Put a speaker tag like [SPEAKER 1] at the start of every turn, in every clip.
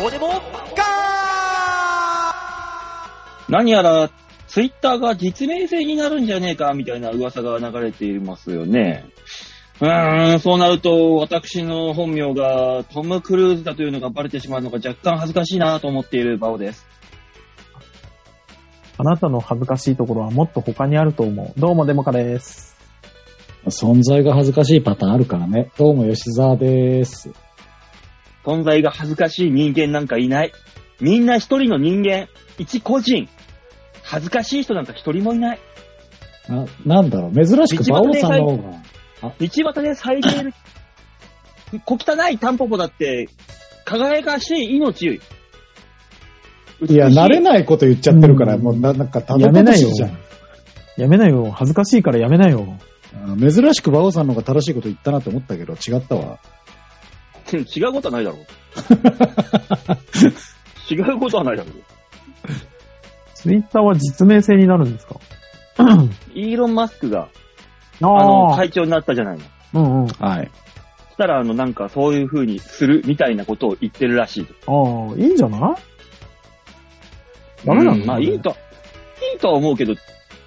[SPEAKER 1] どうでもガ
[SPEAKER 2] 何やら、ツイッターが実名制になるんじゃねえか、みたいな噂が流れていますよね。うーん、そうなると、私の本名がトム・クルーズだというのがバレてしまうのが若干恥ずかしいなと思っているバオです。
[SPEAKER 3] あなたの恥ずかしいところはもっと他にあると思う。どうもデモカです。
[SPEAKER 4] 存在が恥ずかしいパターンあるからね。どうも吉沢です。
[SPEAKER 2] 存在が恥ずかしい人間なんかいない。みんな一人の人間、一個人。恥ずかしい人なんか一人もいない。
[SPEAKER 4] な、なんだろう、珍しく馬王さんの方が。
[SPEAKER 2] 道端で咲いている、小汚いタンポポだって、輝かしい命。
[SPEAKER 4] いや、慣れ
[SPEAKER 2] い。
[SPEAKER 4] ないこと言っちゃってるから、
[SPEAKER 3] うん
[SPEAKER 4] もうな、なんか、た
[SPEAKER 3] や
[SPEAKER 4] ど
[SPEAKER 3] め
[SPEAKER 4] たど
[SPEAKER 3] な
[SPEAKER 4] し
[SPEAKER 3] い
[SPEAKER 4] い
[SPEAKER 3] よ
[SPEAKER 4] じゃん。
[SPEAKER 3] やめなよ。恥ずかしいからやめなよ。
[SPEAKER 4] あ珍しく馬王さんの方が正しいこと言ったなと思ったけど、違ったわ。
[SPEAKER 2] 違うことはないだろう。違うことはないだろう。
[SPEAKER 3] ツイッターは実名制になるんですかあ
[SPEAKER 2] イーロン・マスクが、あの、
[SPEAKER 3] あ、
[SPEAKER 2] 会長になったじゃないの。
[SPEAKER 3] うんうん。あ
[SPEAKER 4] はい。
[SPEAKER 2] そしたら、あの、なんか、そういう風にするみたいなことを言ってるらしい。
[SPEAKER 3] あ、いいんじゃないダメなの、
[SPEAKER 2] うんまあ、いいと、いいとは思うけど、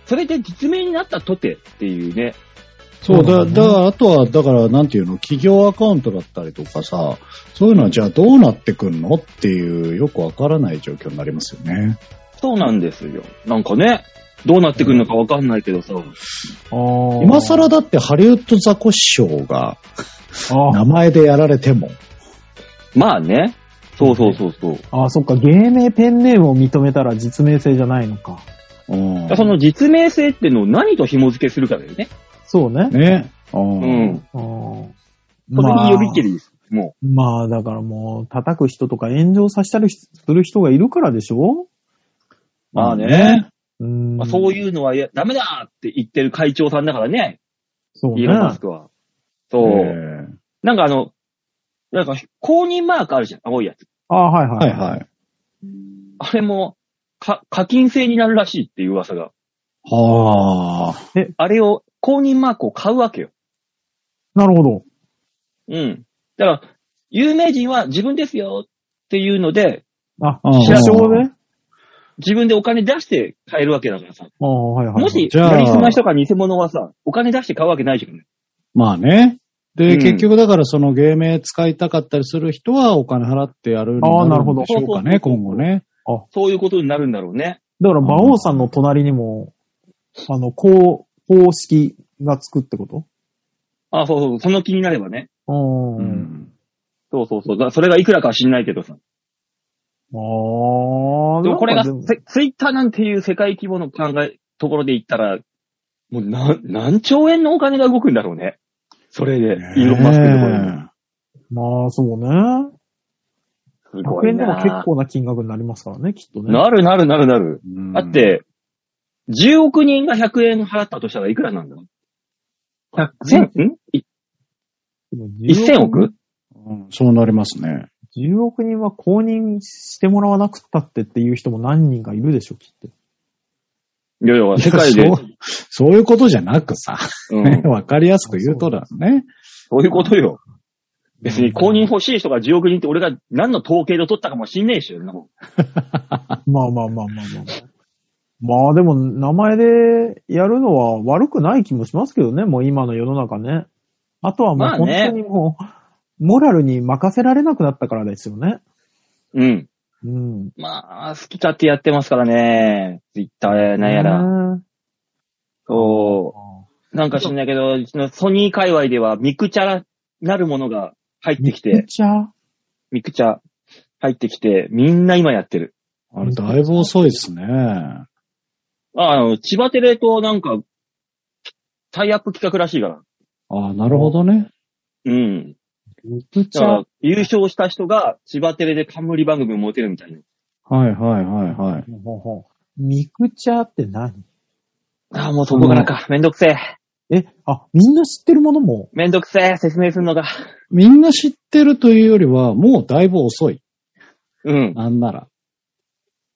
[SPEAKER 2] それで実名になったとてっていうね。
[SPEAKER 4] そう、だ、
[SPEAKER 3] そうだね
[SPEAKER 4] だから、あとは、だから、なんていうの、企業アカウントだったりとかさ、そういうのは、じゃあどうなってくんのっていう、よくわからない状況になりますよね。
[SPEAKER 2] そうなんですよ。なんかね、どうなってくるのかわかんないけどさ。
[SPEAKER 3] ああ。
[SPEAKER 4] 今更だって、ハリウッドザコシショウが、
[SPEAKER 3] あ
[SPEAKER 4] 名前でやられても、
[SPEAKER 2] まあね。そうそうそうそう。
[SPEAKER 3] あ、ああそっか。芸名、ペンネームを認めたら実名制じゃないのか。
[SPEAKER 4] うん
[SPEAKER 2] その実名性ってのを何と紐付けするかだよね。
[SPEAKER 3] そうね。
[SPEAKER 4] ね。う。
[SPEAKER 2] うんん。
[SPEAKER 3] ああ
[SPEAKER 2] これ
[SPEAKER 3] まあ
[SPEAKER 2] に呼びっきりです。も
[SPEAKER 3] まあ、だからもう、叩く人とか炎上させたりする人がいるからでしょ
[SPEAKER 2] う。まあね。
[SPEAKER 3] うーん。
[SPEAKER 2] まあ、そういうのはいやダメだって言ってる会長さんだからね。
[SPEAKER 3] そう
[SPEAKER 2] イ
[SPEAKER 3] ね
[SPEAKER 2] ー。ロン・マスクは。そう。
[SPEAKER 4] え
[SPEAKER 2] なんかあの、なんか公認マークあるじゃん。青いやつ。
[SPEAKER 3] ああ、はい
[SPEAKER 4] え
[SPEAKER 3] は。
[SPEAKER 4] はいいはい。
[SPEAKER 2] あれも、か、課金制になるらしいっていう噂が。
[SPEAKER 4] はあ。
[SPEAKER 2] あれを、公認マークを買うわけよ。
[SPEAKER 3] なるほど。
[SPEAKER 2] うん。だから、有名人は自分ですよっていうので、
[SPEAKER 3] あ、
[SPEAKER 4] ああ
[SPEAKER 3] 社長ね。
[SPEAKER 2] 自分でお金出して買えるわけだからさ。
[SPEAKER 3] ああ、はいはい。
[SPEAKER 2] もし、
[SPEAKER 4] じゃあ
[SPEAKER 2] なりすましとか偽物はさ、お金出して買うわけないじゃん。
[SPEAKER 4] まあね。で、
[SPEAKER 2] うん
[SPEAKER 4] 結局だからその芸名使いたかったりする人はお金払ってやる
[SPEAKER 3] あー
[SPEAKER 4] の
[SPEAKER 3] なるほど
[SPEAKER 4] でしょうかね、
[SPEAKER 2] そうそうそう
[SPEAKER 4] 今後ね。
[SPEAKER 2] そういうことになるんだろうね。
[SPEAKER 3] だから、馬王さんの隣にも、あの、こう、公式がつくってこと
[SPEAKER 2] あ、そうそうそう、その気になればね。
[SPEAKER 3] う。
[SPEAKER 4] うんん。
[SPEAKER 2] そうそうそう。だそれがいくらかは知んないけどさ。
[SPEAKER 3] ああ、
[SPEAKER 2] でもこれが
[SPEAKER 3] な
[SPEAKER 2] ツ
[SPEAKER 3] んかで
[SPEAKER 2] イ
[SPEAKER 3] も
[SPEAKER 2] ツイッターなんていう世界規模の考え、ところで言ったら、もう何、何兆円のお金が動くんだろうね。それで、イーロンマスクのところに。
[SPEAKER 3] まあ、そうね。
[SPEAKER 2] すご
[SPEAKER 3] 100
[SPEAKER 2] い
[SPEAKER 3] 円でも
[SPEAKER 2] な。
[SPEAKER 3] 結構な金額になりますからね、きっとね。
[SPEAKER 2] なるなるなるなる。
[SPEAKER 4] うん
[SPEAKER 2] だっ、て、10億人が100円払ったとしたらいくらなんだろう ?100 千、んい
[SPEAKER 3] 10
[SPEAKER 2] ?1000 億
[SPEAKER 4] うんそうなりますね。
[SPEAKER 3] 10億人は公認してもらわなくったってっていう人も何人かいるでしょ、きっと。
[SPEAKER 2] いやいや、世界
[SPEAKER 4] い
[SPEAKER 2] で
[SPEAKER 4] や。そうそういうことじゃなくさ、
[SPEAKER 2] う
[SPEAKER 4] ね
[SPEAKER 2] ん、
[SPEAKER 4] わかりやすく言うとだね。
[SPEAKER 2] そういうことよ。別に公認欲しい人が10億人って俺が何の統計で取ったかもしんねえしよ。
[SPEAKER 3] まあまあまあまあまあまあ。まあでも、名前でやるのは悪くない気もしますけどね、もう今の世の中ね。あとはもう
[SPEAKER 2] まあ
[SPEAKER 3] 本
[SPEAKER 2] ね
[SPEAKER 3] 当にもう、モラルに任せられなくなったからですよね。
[SPEAKER 2] うん。
[SPEAKER 3] うん。
[SPEAKER 2] まあ、好き勝手やってますからね。ツイッターやなんやら。
[SPEAKER 3] ね
[SPEAKER 2] そ
[SPEAKER 3] え。
[SPEAKER 2] う。なんか知んないけど、うちのソニー界隈ではミクチャラなるものが入ってき、
[SPEAKER 3] めってちゃ、
[SPEAKER 2] ミクチャ入ってきて、みんな今やってる。
[SPEAKER 4] あれ、だいぶ遅いですね。あ
[SPEAKER 2] ああの、千葉テレとなんか、タイアップ企画らしいから。
[SPEAKER 4] あ、なるほどね。
[SPEAKER 2] うん。
[SPEAKER 3] めっち
[SPEAKER 2] だか
[SPEAKER 3] ゃ
[SPEAKER 2] ら、優勝した人が千葉テレで冠番組を持てるみたいな。
[SPEAKER 4] はいはいはいはい。
[SPEAKER 3] ほうほうほうミクチャって何
[SPEAKER 2] ああ、もうそこからか。めんどくせえ。
[SPEAKER 3] え、あ、みんな知ってるものも。
[SPEAKER 2] めんどくせえ、説明すんのが。
[SPEAKER 4] みんな知ってるというよりは、もうだいぶ遅い。
[SPEAKER 2] うん。
[SPEAKER 4] なんなら。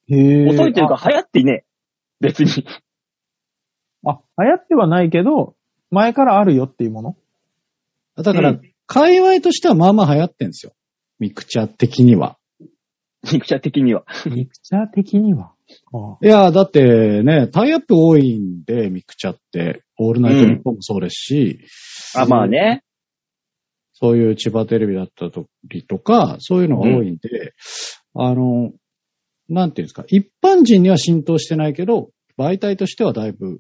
[SPEAKER 3] へえ。
[SPEAKER 2] 遅いというか、流行っていねえ。別に。
[SPEAKER 3] あ。あ、流行ってはないけど、前からあるよっていうもの
[SPEAKER 4] だか
[SPEAKER 2] う
[SPEAKER 4] ら
[SPEAKER 2] ん、
[SPEAKER 4] 界隈としてはまあまあ流行ってんですよ。ミクチャ的には。
[SPEAKER 2] 肉者的には。
[SPEAKER 3] ミクチャ的には。あ
[SPEAKER 4] いやー、だってね、タイアップ多いんで、ミクチャって、オールナイトニッポンもそうですし、
[SPEAKER 2] あ、まあね。
[SPEAKER 4] そういう千葉テレビだったりとか、そういうのが多いんで、あの、なんていうんですか、一般人には浸透してないけど、媒体としてはだいぶ、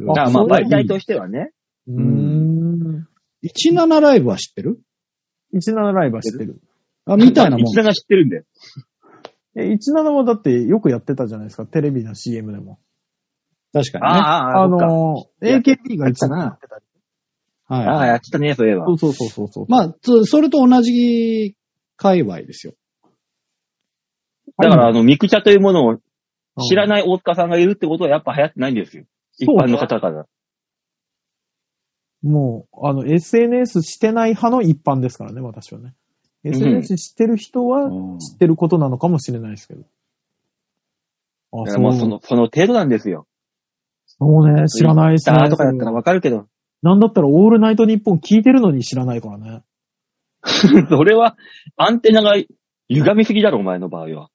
[SPEAKER 3] あ
[SPEAKER 2] あまあ、
[SPEAKER 3] そうだ
[SPEAKER 2] 媒体としてはね。
[SPEAKER 3] うーん。
[SPEAKER 4] 17ライブは知ってる
[SPEAKER 3] 17ライブは知ってる。
[SPEAKER 4] あ、みたい なもん。
[SPEAKER 2] が知ってるんだよ。
[SPEAKER 3] え、17はだってよくやってたじゃないですか、テレビの CM でも。
[SPEAKER 4] 確かにね。
[SPEAKER 2] ああ、
[SPEAKER 3] あ
[SPEAKER 2] あの
[SPEAKER 3] のー、AKB が一番やってたり。
[SPEAKER 2] ああ、
[SPEAKER 4] はい。
[SPEAKER 2] やってたね、そういえば
[SPEAKER 3] そ。うそうそうそうそう。
[SPEAKER 4] まあ、つそれと同じ界隈ですよ。
[SPEAKER 2] だから、あの、ミクチャというものを知ら
[SPEAKER 3] い。
[SPEAKER 2] ない大塚さんがいるってことはやっぱ流行ってないんですよ。一
[SPEAKER 3] そうね
[SPEAKER 2] 般の方から。
[SPEAKER 3] もう、あの、SNS してない派の一般ですからね、私はね。
[SPEAKER 2] ん
[SPEAKER 3] SNS してる人は
[SPEAKER 4] うん
[SPEAKER 3] 知ってることなのかもしれないですけど。あ、
[SPEAKER 2] だか
[SPEAKER 3] そ
[SPEAKER 2] らまあ
[SPEAKER 3] う
[SPEAKER 2] その、その程度なんですよ。
[SPEAKER 3] そうね、知らない知らない。
[SPEAKER 2] とかだったらわかるけど。
[SPEAKER 3] なんだったらオールナイトニッポン聞いてるのに知らないからね。
[SPEAKER 2] それは、アンテナが歪みすぎだろ、お前の場合は。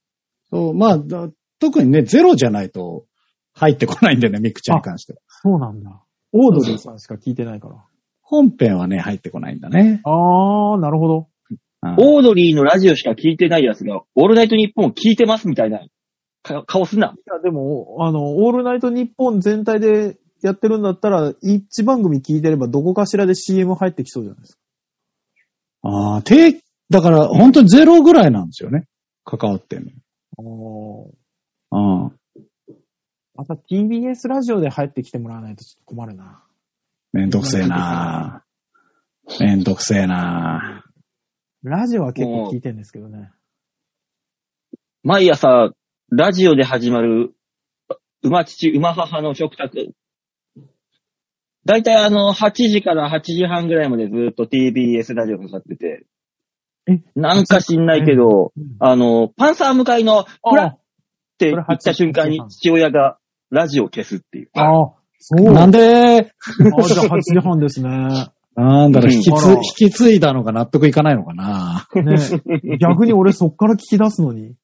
[SPEAKER 4] そう、まあ、だ特にね、ゼロじゃないと入ってこないんだよね、ミクチャに関しては。
[SPEAKER 3] そうなんだ。オードリーさんしか聞いてないから。
[SPEAKER 4] 本編はね、入ってこないんだね。
[SPEAKER 3] あー、なるほど。
[SPEAKER 4] うん
[SPEAKER 2] オードリーのラジオしか聞いてないやつが、オールナイトニッポンを聞いてますみたいなか顔すんな。
[SPEAKER 3] いや、でも、あの、オールナイトニッポン全体でやってるんだったら、一番組聞いてればどこかしらで CM 入ってきそうじゃないですか。
[SPEAKER 4] ああ、て、だから、本当にゼロぐらいなんですよね。関わってんの。うん。
[SPEAKER 3] また TBS ラジオで入ってきてもらわないとちょっと困るな。
[SPEAKER 4] めんどくせえなめんどくせえな
[SPEAKER 3] ラジオは結構聞いてるんですけどね。
[SPEAKER 2] 毎朝、ラジオで始まる、馬父、馬母の食卓。だいたいあの、8時から8時半ぐらいまでずっと TBS ラジオがかかってて
[SPEAKER 3] え。
[SPEAKER 2] なんか知んないけど、あの、パンサー向かいの、フラっ
[SPEAKER 3] あ
[SPEAKER 2] て言った瞬間に父親がラジオを消すっていう。
[SPEAKER 3] あー、そう。
[SPEAKER 4] な
[SPEAKER 3] あ
[SPEAKER 4] んで、
[SPEAKER 3] じゃあ8時半ですね。
[SPEAKER 4] なんだろう、引きつ、
[SPEAKER 3] うん
[SPEAKER 4] 引き継いだのが納得いかないのかな
[SPEAKER 3] ね逆に俺そっから聞き出すのに。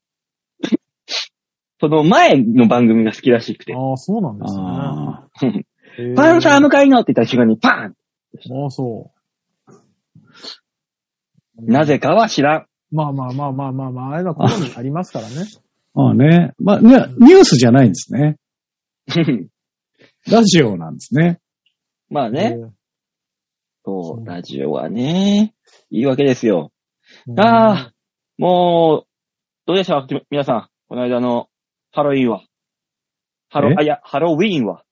[SPEAKER 2] その前の番組が好きらしくて。
[SPEAKER 3] ああ、そうなんですね。
[SPEAKER 4] あ
[SPEAKER 3] へ
[SPEAKER 2] パンサー向かいのって言った瞬間にパーン
[SPEAKER 3] ああ、そ
[SPEAKER 2] なぜかは知らん。
[SPEAKER 3] う。まあまあまあまあまあまあ、あれは好みありますからね。
[SPEAKER 4] ーまあね。まあね、ニュースじゃないんですね。ラジオなんですね。
[SPEAKER 2] まあね。
[SPEAKER 3] え
[SPEAKER 2] そ
[SPEAKER 3] そう
[SPEAKER 2] う、ラジオはね、いいわけですよ。
[SPEAKER 3] え。
[SPEAKER 2] ああ、もう、どうでしたみ皆さん、この間のハロウィンは。ハロ
[SPEAKER 4] え、
[SPEAKER 2] あ、いや、ハロウィーンは。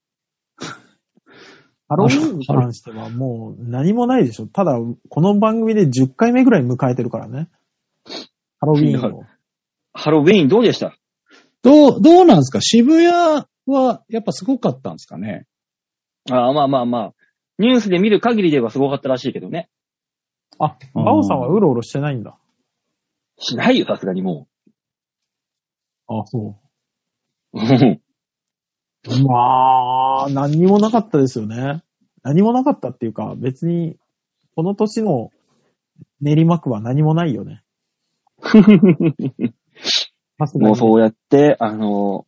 [SPEAKER 3] ハロウィンに関してはもう何もないでしょ。ただ、この番組で10回目ぐらい迎えてるからね。ハロウィンを。
[SPEAKER 2] ハロウィーンどうでした
[SPEAKER 4] どう、どうなんですか渋谷はやっぱすごかったんですかね
[SPEAKER 2] ああ、まあまあまあ。ニュースで見る限りではすごかったらしいけどね。
[SPEAKER 3] あ、バオさんはうろうろしてないんだ。
[SPEAKER 2] しないよ、さすがにも。
[SPEAKER 3] あそ
[SPEAKER 2] う
[SPEAKER 3] う
[SPEAKER 2] ん
[SPEAKER 3] う。まあ、何にもなかったですよね。何もなかったっていうか、別に、この年の練馬区は何もないよね。さすがに
[SPEAKER 2] もうそうやって、あの、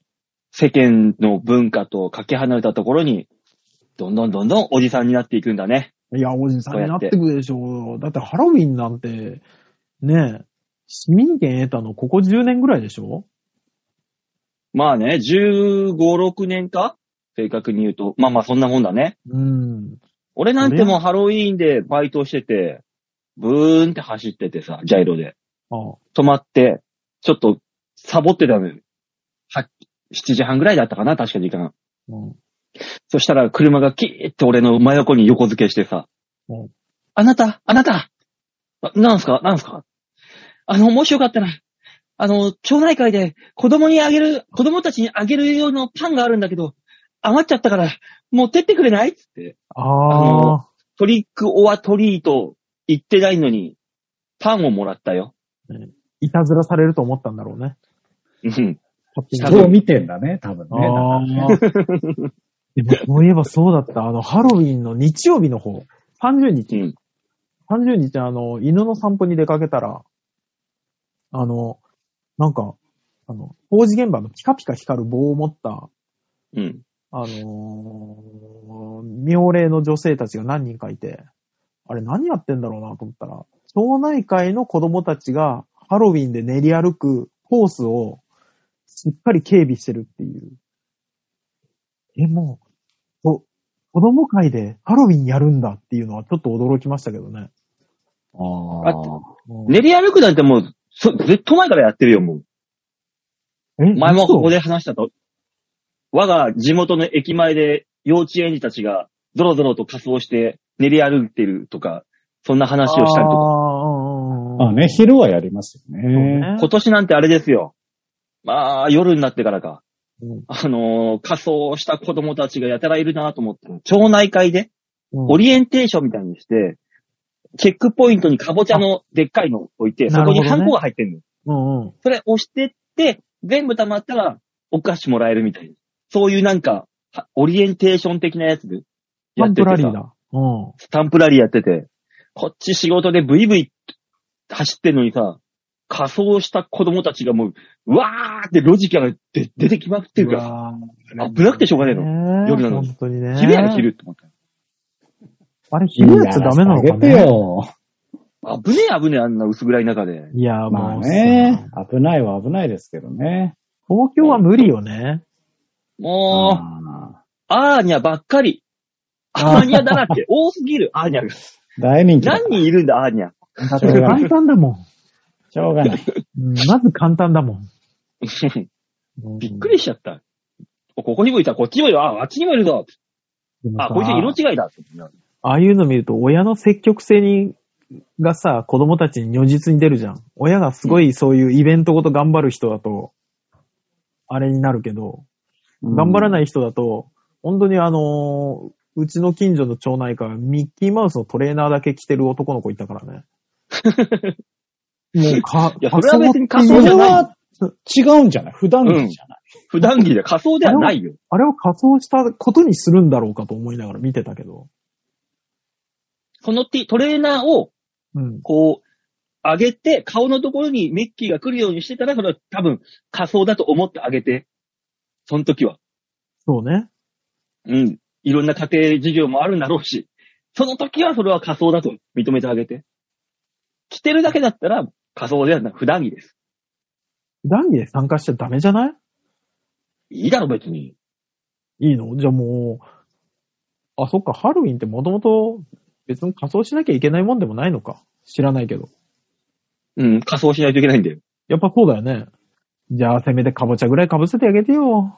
[SPEAKER 2] 世間の文化とかけ離れたところに、どんどんどんどんおじさんになっていくんだね。
[SPEAKER 3] いや、おじさんになってくるでしょう。だってハロウィンなんて、ねえ、市民権得たのここ10年ぐらいでしょ
[SPEAKER 2] まあね、15、6年か正確に言うと。まあまあそんなもんだね。
[SPEAKER 3] うん。
[SPEAKER 2] 俺なんてもうハロウィーンでバイトしてて、ブーンって走っててさ、ジャイロで。
[SPEAKER 3] あ
[SPEAKER 2] 止まって、ちょっとサボってたのよ。は7時半ぐらいだったかな確か時間。
[SPEAKER 3] うん。
[SPEAKER 2] そしたら車がキーって俺の真横に横付けしてさ
[SPEAKER 3] うん。
[SPEAKER 2] あなたあなたあなんすかなんすかあの、もしよかったら、あの、町内会で子供にあげる、子供たちにあげる用のパンがあるんだけど、余っちゃったから、持ってってくれないつって。
[SPEAKER 3] ああ、
[SPEAKER 2] トリックオアトリート言ってないのに、パンをもらったよ。
[SPEAKER 3] いたずらされると思ったんだろうね。
[SPEAKER 2] うん。
[SPEAKER 3] 勝手に
[SPEAKER 2] 多
[SPEAKER 4] ど
[SPEAKER 2] 分
[SPEAKER 4] う見てんだね、多分ね。だからね
[SPEAKER 3] ああ。でも、そういえばそうだった。あの、ハロウィンの日曜日の方、30日、
[SPEAKER 2] うん。
[SPEAKER 3] 30日、あの、犬の散歩に出かけたら、あの、なんか、あの、工事現場のピカピカ光る棒を持った、
[SPEAKER 2] うん。
[SPEAKER 3] あのー妙齢の女性たちが何人かいて、あれ何やってんだろうなと思ったら、町内会の子供たちがハロウィンで練り歩くコースをしっかり警備してるっていう。え、もう、お子供会でハロウィンやるんだっていうのはちょっと驚きましたけどね。
[SPEAKER 4] あ
[SPEAKER 2] あ
[SPEAKER 4] あ。
[SPEAKER 3] うん
[SPEAKER 2] 練り歩くなんてもう、そずっと前からやってるよ、もう。
[SPEAKER 3] え
[SPEAKER 2] 前もここ
[SPEAKER 3] で。
[SPEAKER 2] で話したと。我が地元の駅前で幼稚園児たちがゾロゾロと仮装して練り歩いてるとか、そんな話をしたりとか。
[SPEAKER 3] あ
[SPEAKER 4] まあね、昼はやりますよ
[SPEAKER 3] ーうんうんうん
[SPEAKER 4] ね。
[SPEAKER 2] 今年なんてあれですよ。まあ、夜になってからか。
[SPEAKER 3] そうね
[SPEAKER 2] あのー仮装した子供たちがやたらいるなと思って、町内会で
[SPEAKER 3] うんうん
[SPEAKER 2] オリエンテーションみたいにして、チェックポイントにカボチャのでっかいの置いて、そ
[SPEAKER 3] なる
[SPEAKER 2] こ
[SPEAKER 3] ほど
[SPEAKER 2] に
[SPEAKER 3] ね
[SPEAKER 2] ハンコが入ってるの。
[SPEAKER 3] うんうん。
[SPEAKER 2] それ押してって、全部溜まったら、お菓子もらえるみたいな。そういうなんか、はオリエンテーション的なやつで。
[SPEAKER 3] タンプラリ
[SPEAKER 2] や
[SPEAKER 3] ー
[SPEAKER 2] っててさ
[SPEAKER 3] だ。うん。
[SPEAKER 2] スタンプラリーやってて、こっち仕事でブイブイ走ってんのにさ、仮装した子供たちがもう、うわーって路地から出出てきまくってるから、
[SPEAKER 3] ら
[SPEAKER 2] 危なくてしょうがねえの。
[SPEAKER 3] の
[SPEAKER 2] 夜なのに
[SPEAKER 3] 本当にね。
[SPEAKER 2] 昼やる昼って思った。
[SPEAKER 3] あれ、昼やっちゃダメなのか
[SPEAKER 4] やらせてあげて
[SPEAKER 3] ね
[SPEAKER 4] よ。
[SPEAKER 2] 危ねえ危ねえ、あんな薄暗い中で。
[SPEAKER 3] いや、
[SPEAKER 4] まあ
[SPEAKER 3] もうさ、
[SPEAKER 4] ね、危ないは危ないですけどね。
[SPEAKER 3] 東京は無理よね。
[SPEAKER 2] もう、
[SPEAKER 4] あ
[SPEAKER 2] アーニャばっかり。アーニャだら け。多すぎる、アーニャが。
[SPEAKER 4] ー大人気だ。
[SPEAKER 2] 何人いるんだ、アーニ ャ。
[SPEAKER 3] だって簡単だも
[SPEAKER 4] しょうがない。
[SPEAKER 3] ん。うんまず簡単だもん。
[SPEAKER 2] びっくりしちゃった。ここにもいた、こっちにもいる、あ、あっちにもいるぞ。
[SPEAKER 3] でもさ
[SPEAKER 2] あ、こいつ色違いだ。
[SPEAKER 3] ああいうの見ると、親の積極性に、がさ、子供たちに如実に出るじゃん。親がすごいそういうイベントごと頑張る人だと、あれになるけど、頑張ら
[SPEAKER 4] い。
[SPEAKER 3] ない人だと、本当にあのーうちの近所の町内からミッキーマウスのトレーナーだけ着てる男の子いたか らね。もうか、
[SPEAKER 2] いやそれは別に仮
[SPEAKER 4] そ
[SPEAKER 2] 装じ
[SPEAKER 4] れ
[SPEAKER 2] ゃない。
[SPEAKER 4] は違うんじゃない普段着じゃない。
[SPEAKER 2] 普段着で仮装ではないよ。
[SPEAKER 3] あれを仮装したことにするんだろうかと思いながら見てたけど。
[SPEAKER 2] その T、トレーナーを、
[SPEAKER 3] うん。
[SPEAKER 2] こう、上げて、顔のところにミッキーが来るようにしてたら、それは多分仮装だと思ってあげて。その時は。
[SPEAKER 3] そうね。
[SPEAKER 2] うん。いろんな家庭事情もあるんだろうし。その時はそれは仮装だと認めてあげて。着てるだけだったら仮装ではなく普段着です。
[SPEAKER 3] 普段着で参加しちゃダメじゃない
[SPEAKER 2] いいだろ別に。
[SPEAKER 3] いいのじゃあもう、あ、そっか、ハロウィンってもともと別に仮装しなきゃいけないもんでもないのか。知らないけど。
[SPEAKER 2] うん。仮装しないといけないんだよ。
[SPEAKER 3] やっぱそうだよね。じゃあ、せめてカボチャぐらい被せてあげてよ。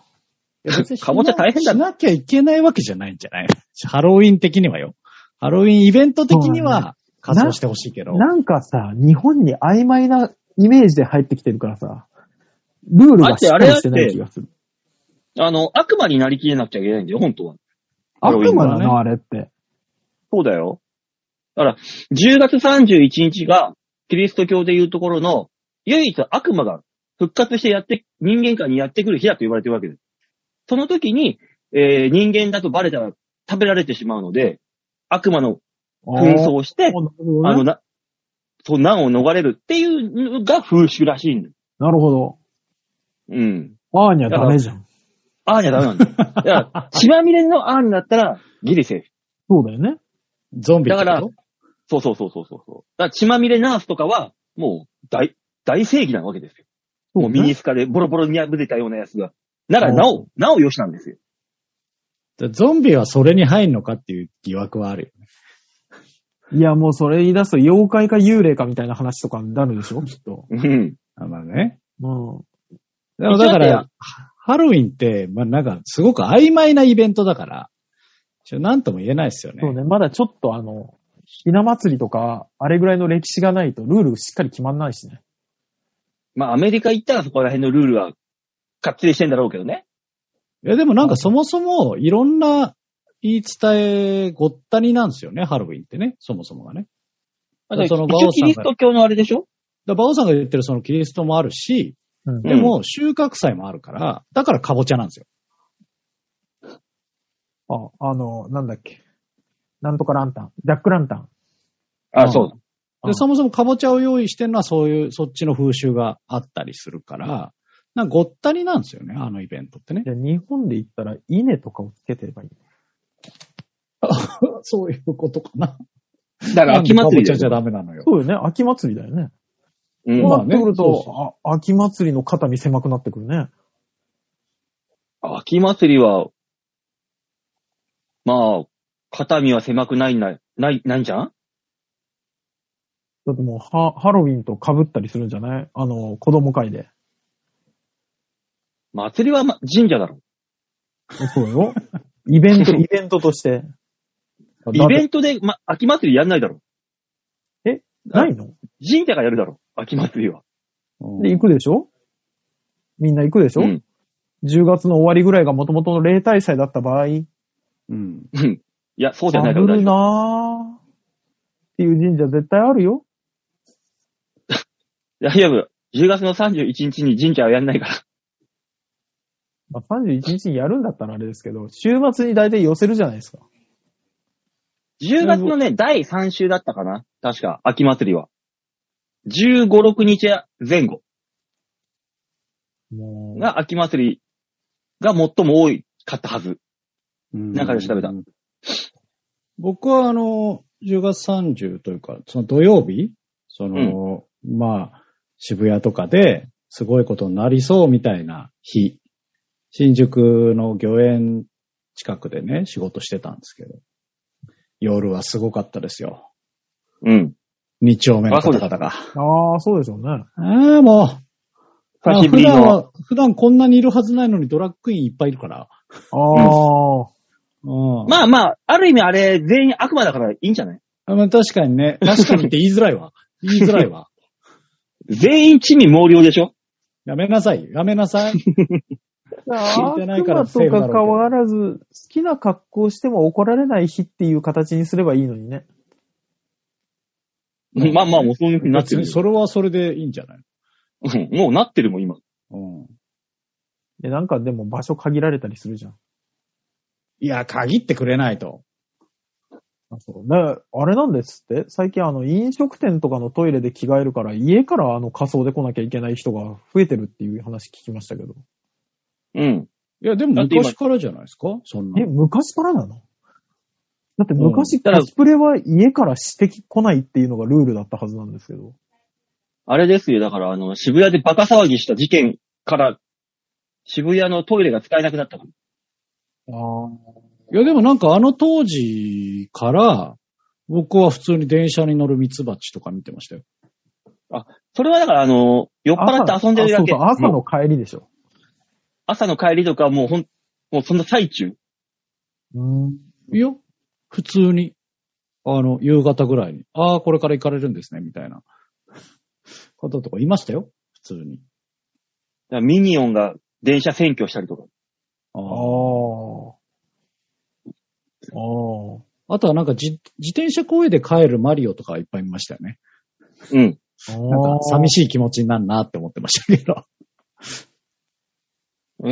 [SPEAKER 4] いや別にしな
[SPEAKER 2] かぼちゃ大変だ
[SPEAKER 4] しなきゃいけないわけじゃないんじゃないハロウィン的にはよ。ハロウィンイベント的には仮装してほしいけど。
[SPEAKER 3] なんかさ、日本に曖昧なイメージで入ってきてるからさ、ルールがしっかりしてない気がする。
[SPEAKER 2] あの、悪魔になりきれなくちゃいけないんだよ、本当は。あれあれ
[SPEAKER 3] 悪魔だ
[SPEAKER 4] ハロウィン
[SPEAKER 3] な、あれって。
[SPEAKER 2] そうだよ。だから、10月31日が、キリスト教でいうところの、唯一悪魔が復活してやって、人間界にやってくる日だと言われてるわけです。その時に、えー人間だとバレたら食べられてしまうので、悪魔の紛争をして、あ
[SPEAKER 3] あ
[SPEAKER 2] の、な、そう、難を逃れるっていうのが風習らしいんだよ。
[SPEAKER 3] なるほど。
[SPEAKER 2] うん。
[SPEAKER 3] アーニャダメじゃん。
[SPEAKER 2] ああにゃダメなんだよ。だから、血まみれのああになったら、ギリセーフ。
[SPEAKER 3] そうだよね。
[SPEAKER 4] ゾンビってこと
[SPEAKER 2] だからそうそうそうそうそうそう。だから血まみれナースとかは、もう大、大正義なわけですよ。もうミニスカでボロボロに破れたようなやつが。なら、なお、なおよしなんですよ。
[SPEAKER 4] ゾンビはそれに入んのかっていう疑惑はあるよね。
[SPEAKER 3] いや、もうそれ言い出すと妖怪か幽霊かみたいな話とかになるでしょ、きっと。
[SPEAKER 2] うん。
[SPEAKER 4] あまあね。
[SPEAKER 3] うん。
[SPEAKER 4] でも
[SPEAKER 2] 一応
[SPEAKER 4] だ
[SPEAKER 2] だっ
[SPEAKER 4] から、ハロウィンって、まあなんか、すごく曖昧なイベントだから、ちょなんとも言えないですよね。
[SPEAKER 3] そうね、まだちょっとあの、ひな祭りとか、あれぐらいの歴史がないとルールしっかり決まんないしね。
[SPEAKER 2] まあ、アメリカ行ったらそこら辺のルールは、かっちりしてんだろうけどね。
[SPEAKER 4] いや、でもなんかそもそも、いろんな言い伝えごったになんですよね、ハロウィンってね、そもそもがね。
[SPEAKER 2] あと
[SPEAKER 4] その
[SPEAKER 2] 一応キリスト教のあれでしょ
[SPEAKER 4] だバオさんが言ってるそのキリストもあるし、
[SPEAKER 3] うん
[SPEAKER 4] でも収穫祭もあるから、だからカボチャなんですよ。
[SPEAKER 3] あ、あの、なんだっけ。なんとかランタン。ジャックランタン。
[SPEAKER 2] あ、そう。
[SPEAKER 3] う
[SPEAKER 4] で、
[SPEAKER 3] ん
[SPEAKER 4] そもそもカボチャを用意してるのはそういう、そっちの風習があったりするから、なんかごったりなんですよね、あのイベントって ね
[SPEAKER 3] じ。ゃあ日本で言ったら、稲とかをつけてればいい。
[SPEAKER 4] そういうことかな。
[SPEAKER 2] だから秋祭り
[SPEAKER 4] カボチャ
[SPEAKER 2] で
[SPEAKER 4] じゃダメなのよ。
[SPEAKER 3] そうよね。秋祭りだよね。
[SPEAKER 2] うん
[SPEAKER 3] こう
[SPEAKER 4] ま
[SPEAKER 3] な
[SPEAKER 4] あ
[SPEAKER 3] って
[SPEAKER 4] ね
[SPEAKER 3] くると、
[SPEAKER 4] そうそ
[SPEAKER 3] あ秋祭りの肩身狭くなってくるね。
[SPEAKER 2] 秋祭りは、まあ、肩身は狭くないな、ない、ないんじゃん
[SPEAKER 3] だってもうハ、ハロウィンと被ったりするんじゃないあの、子供会で。
[SPEAKER 2] 祭りは、ま、神社だろ。
[SPEAKER 3] そうよ。イベント、イベントとして。
[SPEAKER 2] イベ
[SPEAKER 3] ン
[SPEAKER 2] ントで、ま、秋祭りやんないだろ。
[SPEAKER 3] トないの
[SPEAKER 2] 神社がやるだろ。秋祭りは。
[SPEAKER 4] うん
[SPEAKER 3] で、行くでしょみんな行くでしょ、
[SPEAKER 2] うん。
[SPEAKER 3] ?10 月の終わりぐらいがもともとの例大祭だった場合、
[SPEAKER 4] うん。
[SPEAKER 2] うんいや、そうじ
[SPEAKER 3] 被
[SPEAKER 2] ゃないから大
[SPEAKER 3] る
[SPEAKER 2] 丈夫。
[SPEAKER 3] なぁ。っていう神社絶対あるよ。
[SPEAKER 2] 大丈夫。10月の31日に神社はやんないから。
[SPEAKER 3] まあ、31日にやるんだったらあれですけど、週末に大体寄せるじゃないですか。
[SPEAKER 2] 10月のね、第3週だったかな確か、秋祭りは。15、6日前後
[SPEAKER 3] もう、
[SPEAKER 2] が秋祭りが最も多かったはず。中
[SPEAKER 4] 中
[SPEAKER 2] で調べた。
[SPEAKER 4] 僕はあの、10月30というか、その土曜日、その、まあ、渋谷とかですごいことになりそうみたいな日、新宿の御苑近くでね、仕事してたんですけど、夜はすごかったですよ。
[SPEAKER 2] うん。
[SPEAKER 4] 二丁目の
[SPEAKER 2] あそ
[SPEAKER 4] 方
[SPEAKER 2] うです
[SPEAKER 4] 々が。
[SPEAKER 3] ああ、そうでしょうね。
[SPEAKER 4] ああ、もう。
[SPEAKER 2] 久しぶ
[SPEAKER 4] 普
[SPEAKER 2] り
[SPEAKER 4] 段
[SPEAKER 2] の。
[SPEAKER 4] は、普段こんなにいるはずないのにドラッグインいっぱいいるか
[SPEAKER 3] あ
[SPEAKER 4] ら。
[SPEAKER 3] あ、
[SPEAKER 4] うん。
[SPEAKER 2] まあまあ、ある意味あれ、全員悪魔だからいいんじゃない
[SPEAKER 4] あまあ、確か にね。確かにって言いづらいわ。言いづらいわ。
[SPEAKER 2] 全員地味猛量でしょ
[SPEAKER 4] やめなさい。やめ なさい。
[SPEAKER 3] じゃ
[SPEAKER 4] 聞
[SPEAKER 3] あ、
[SPEAKER 4] いてな
[SPEAKER 3] 悪
[SPEAKER 4] いから
[SPEAKER 3] 魔
[SPEAKER 4] セ
[SPEAKER 3] と
[SPEAKER 4] ーフ
[SPEAKER 3] か
[SPEAKER 4] だろうけど
[SPEAKER 3] 変わらず、好きな格好をしても怒られない日っていう形にすればいいのにね。
[SPEAKER 4] うん
[SPEAKER 2] まあまあ、もうそういう風になってる
[SPEAKER 4] 別にそ
[SPEAKER 2] よ。
[SPEAKER 4] れはそれでいいんじゃない
[SPEAKER 2] うんもうなってるもん、今。
[SPEAKER 4] うん。
[SPEAKER 3] で、なんかでも場所限られたりするじゃん。
[SPEAKER 4] いや、限ってくれないと。
[SPEAKER 3] あそうね、あれなんですって最近あの飲食店とかのトイレで着替えるから家からあの仮装で来なきゃいけない人が増えてるっていう話聞きましたけど。
[SPEAKER 2] うん。
[SPEAKER 4] いや、でも
[SPEAKER 2] だって今
[SPEAKER 4] 昔からじゃないですかそんな
[SPEAKER 3] え、。昔からなのだって昔、
[SPEAKER 2] ただ
[SPEAKER 3] コスプレは家からして来ないっていうのがルールだったはずなんですけど。
[SPEAKER 2] あれですよ、だからあの、渋谷でバカ騒ぎした事件から、渋谷のトイレが使えなくなったから。
[SPEAKER 4] いや、でもなんかあの当時から、僕は普通に電車に乗るミツバチとか見てましたよ。
[SPEAKER 2] それはだからあの、酔っ払って遊んでるだけ。
[SPEAKER 3] 朝あそうそう
[SPEAKER 2] もう
[SPEAKER 3] 朝の帰りでしょ。
[SPEAKER 2] 朝の帰りとかもうほん、もうそんな最中。
[SPEAKER 3] うん。
[SPEAKER 4] いや、普通に、あの、夕方ぐらいに、ああ、これから行かれるんですね、みたいな方とかいましたよ。普通
[SPEAKER 2] だ
[SPEAKER 4] に。
[SPEAKER 2] からミニオンが電車占拠したりとか。
[SPEAKER 4] あ
[SPEAKER 3] あ
[SPEAKER 4] ー
[SPEAKER 3] あ。ああ。
[SPEAKER 4] あとはなんか自自転車公園で帰るマリオとかいっぱい見ましたよね。
[SPEAKER 2] うん。
[SPEAKER 4] なんか寂
[SPEAKER 3] しい。
[SPEAKER 4] しい気持ちになるなって思ってましたけど。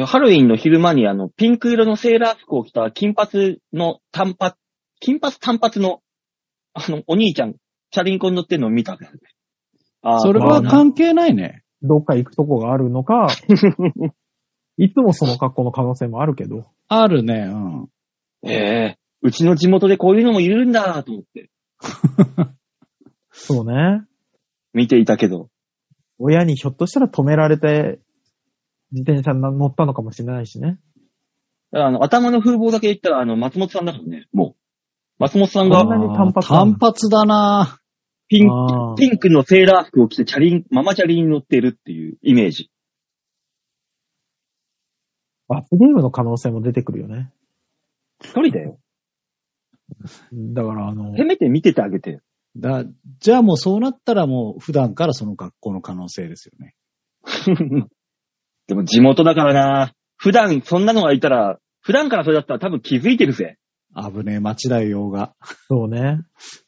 [SPEAKER 2] ハロウィンの昼間にあの、ピンク色のセーラー服を着た金髪の短髪、金髪短髪の、あの、お兄ちゃん、チャリンコに乗ってるのを見たんですね。あー
[SPEAKER 4] それは
[SPEAKER 2] まあ
[SPEAKER 4] 関係ないね。
[SPEAKER 3] どっか行くとこがあるの か、いつもその格好の可能性もあるけど。
[SPEAKER 4] あるね、うん。
[SPEAKER 2] ええうちの地元でこういうのもいるんだと思って
[SPEAKER 3] そうね。
[SPEAKER 2] 見ていたけど。
[SPEAKER 3] 親にひょっとしたら止められて、自転車に乗ったのかもしれないしね。
[SPEAKER 2] だからあの、頭の風貌だけ言ったら、あの、松本さんだからね、もう。松本さん
[SPEAKER 3] そ
[SPEAKER 2] が
[SPEAKER 3] んなに単発なの
[SPEAKER 4] 単発だな
[SPEAKER 2] ピン
[SPEAKER 3] あー
[SPEAKER 2] ピンクのセーラー服を着てチャリン、ママチャリに乗ってるっていうイメージ。
[SPEAKER 3] 罰ゲームの可能性も出てくるよね。
[SPEAKER 2] 一人だよ。
[SPEAKER 3] だから、あの、
[SPEAKER 2] せめて見ててあげて。
[SPEAKER 4] だ。じゃあもうそうなったらもう普段からその学校の可能性ですよね。
[SPEAKER 2] でも地元だからな普段そんなのがいたら、普段からそれだったら多分気づいてるぜ。
[SPEAKER 4] 危ねえ町だよ、用が。
[SPEAKER 3] そうね。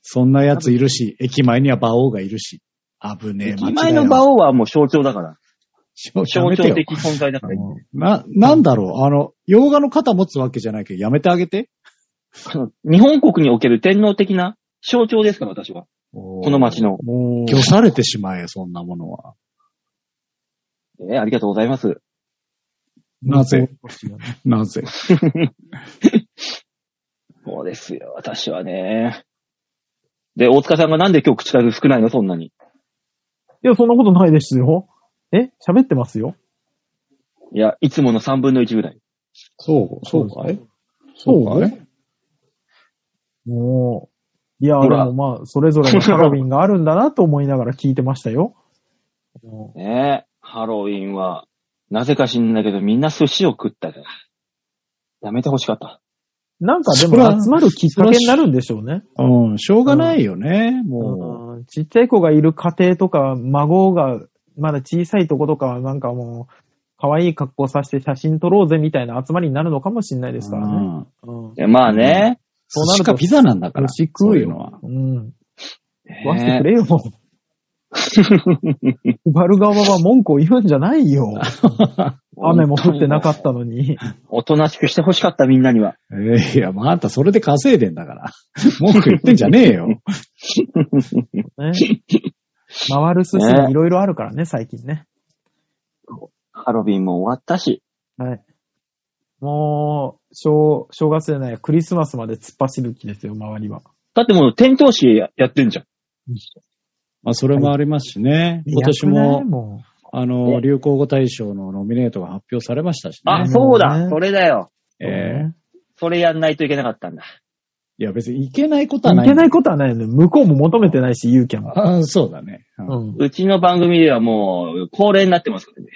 [SPEAKER 4] そんなやついるし、駅前には馬王がいるし。危ねえ町だよ。
[SPEAKER 2] 駅前の馬王はもう象徴だから。
[SPEAKER 4] や
[SPEAKER 2] 象
[SPEAKER 4] めて
[SPEAKER 2] 徴
[SPEAKER 4] よ。
[SPEAKER 2] 的存在だから。
[SPEAKER 4] な、なんだろう。あの、洋画の肩持つわけじゃないけど、やめてあげて。
[SPEAKER 2] 日本国における天皇的な象徴ですから、私は。
[SPEAKER 4] こ
[SPEAKER 2] この街。の。
[SPEAKER 3] もう、
[SPEAKER 4] 漁されてしまえ、そんなものは。
[SPEAKER 2] えーありがとうございます。
[SPEAKER 4] なぜなぜ
[SPEAKER 2] そうですよ、私はね。で、大塚さんがなんで今日口数少ないの、そんなに。
[SPEAKER 3] いや、そんなことないですよ。え喋ってますよ。
[SPEAKER 2] いや、いつもの3分の1ぐらい。
[SPEAKER 4] そう、そうかい
[SPEAKER 3] そう
[SPEAKER 4] そうかい
[SPEAKER 3] もう、いや、で
[SPEAKER 2] ほら
[SPEAKER 3] もまあ、それぞれのハロウィンがあるんだなと思いながら聞いてましたよ。も
[SPEAKER 2] ねえ、ハロウィンは、なぜか知んないけど、みんな寿司を食ったから。やめてほしかった。
[SPEAKER 3] うなんかで
[SPEAKER 4] そ
[SPEAKER 3] も
[SPEAKER 4] ら
[SPEAKER 3] 集まるきっかけになるんでしょうね。
[SPEAKER 4] うん、しょうがないよね、も。
[SPEAKER 3] うんちっちゃい子がいる家庭とか、孫がまだ小さいとことかはなんかもう、可愛い格好させて写真撮ろうぜみたいな集まりになるのかもしれないうですからね。
[SPEAKER 4] うん
[SPEAKER 3] うん。
[SPEAKER 2] でまあね。
[SPEAKER 3] そう
[SPEAKER 4] 寿
[SPEAKER 3] な
[SPEAKER 4] 司
[SPEAKER 3] る
[SPEAKER 4] か
[SPEAKER 3] と
[SPEAKER 4] ピザなんだから。
[SPEAKER 3] 寿司食
[SPEAKER 4] そうういうの
[SPEAKER 3] よ
[SPEAKER 4] は。。
[SPEAKER 3] うん。食わして
[SPEAKER 2] ね
[SPEAKER 3] くれよ。配る側は文句を言うんじゃないよ。雨も降ってなかっ。たのに。
[SPEAKER 2] おとなしくしてほしかった、みんなには。
[SPEAKER 4] えーいや、またそれで稼いでん だから。文句言ってんじゃねえ よ。
[SPEAKER 3] ね、回る寿司がいろいろあるからね、最近ね。
[SPEAKER 2] ハロウィンも終わったし。
[SPEAKER 3] はい。もう、正、正月じゃない、クリスマスまで突っ走る気ですよ、周りは。
[SPEAKER 2] だってもう、点灯式ややってんじゃん。
[SPEAKER 4] まあ、それもありますしね。今年
[SPEAKER 3] やくない
[SPEAKER 4] も、
[SPEAKER 3] も
[SPEAKER 4] あの、流行語大賞のノミネートが発表されましたし
[SPEAKER 2] あ、
[SPEAKER 4] ね。
[SPEAKER 2] そう
[SPEAKER 3] もう
[SPEAKER 2] だ、
[SPEAKER 3] ね
[SPEAKER 2] それだよ。
[SPEAKER 3] う。
[SPEAKER 4] えー
[SPEAKER 2] それやんないといけなかったんだ。
[SPEAKER 4] いや、別にいけないことはない。
[SPEAKER 3] いけないことはないよね。向こうも求めてないし、ユーキャンも。
[SPEAKER 4] あそうだね。うん
[SPEAKER 3] うん。
[SPEAKER 2] うちの番組ではもう、恒例になってますからね。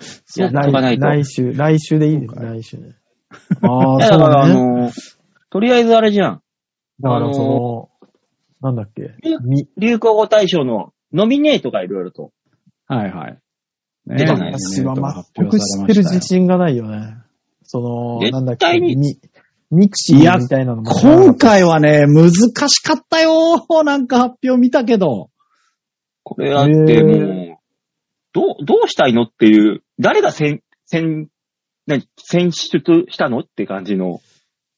[SPEAKER 4] そう
[SPEAKER 2] やっとかない
[SPEAKER 3] 来
[SPEAKER 2] と
[SPEAKER 3] 来週、来週でいいです、
[SPEAKER 4] そうか
[SPEAKER 3] 来 週で。あ
[SPEAKER 2] い
[SPEAKER 3] あ、
[SPEAKER 2] やだ
[SPEAKER 3] そう
[SPEAKER 2] から、あ
[SPEAKER 3] だね。
[SPEAKER 2] の、とりあえずあれじゃん。
[SPEAKER 3] だか
[SPEAKER 2] あの
[SPEAKER 3] ら、その、なんだっけ。み、
[SPEAKER 2] 流行語大賞のノミネートがいろいろと。
[SPEAKER 4] はいはい。ね
[SPEAKER 2] 出てない
[SPEAKER 3] 私は全
[SPEAKER 4] ノミネート
[SPEAKER 3] く
[SPEAKER 4] が
[SPEAKER 3] 知っ
[SPEAKER 4] 発表
[SPEAKER 3] てる
[SPEAKER 4] されま
[SPEAKER 3] 自
[SPEAKER 4] したよ
[SPEAKER 3] 信がないよね。その、
[SPEAKER 2] 絶対に
[SPEAKER 3] なんだっけ。ミミクシーみたいなのも。
[SPEAKER 4] 今回はね、難しかったよ なんか発表見たけど。
[SPEAKER 2] これだってもう、どう、どうしたいのっていう、誰が選、選、何、選出したのって感じの。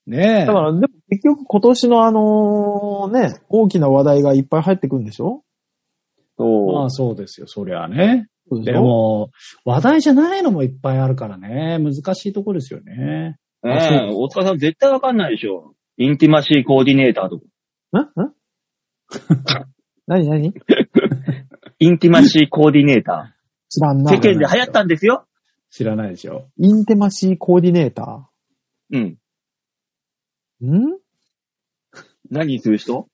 [SPEAKER 4] ねえ。
[SPEAKER 3] だから、でも結局今年のあのね、大きな話題がいっぱい入ってくるんでしょ
[SPEAKER 4] ま
[SPEAKER 2] そ
[SPEAKER 4] あそうですよ、そりゃね。
[SPEAKER 3] そう
[SPEAKER 4] で
[SPEAKER 3] しょ
[SPEAKER 4] も、話題じゃないのもいっぱいあるからね、難しいとこですよね。
[SPEAKER 2] う。
[SPEAKER 4] あそう
[SPEAKER 2] ねえ、大塚さん絶対わかんないでしょ。インティマシーコーディネーターとか。
[SPEAKER 3] んん 何何
[SPEAKER 2] インティマシーコーディネータ
[SPEAKER 3] 知らん
[SPEAKER 2] ー。
[SPEAKER 3] な。
[SPEAKER 2] 世間で流行ったんですよ。
[SPEAKER 4] 知らないでしょ。
[SPEAKER 3] インテマシーコーディネータ
[SPEAKER 2] うん。
[SPEAKER 3] ー。ん
[SPEAKER 2] 何する人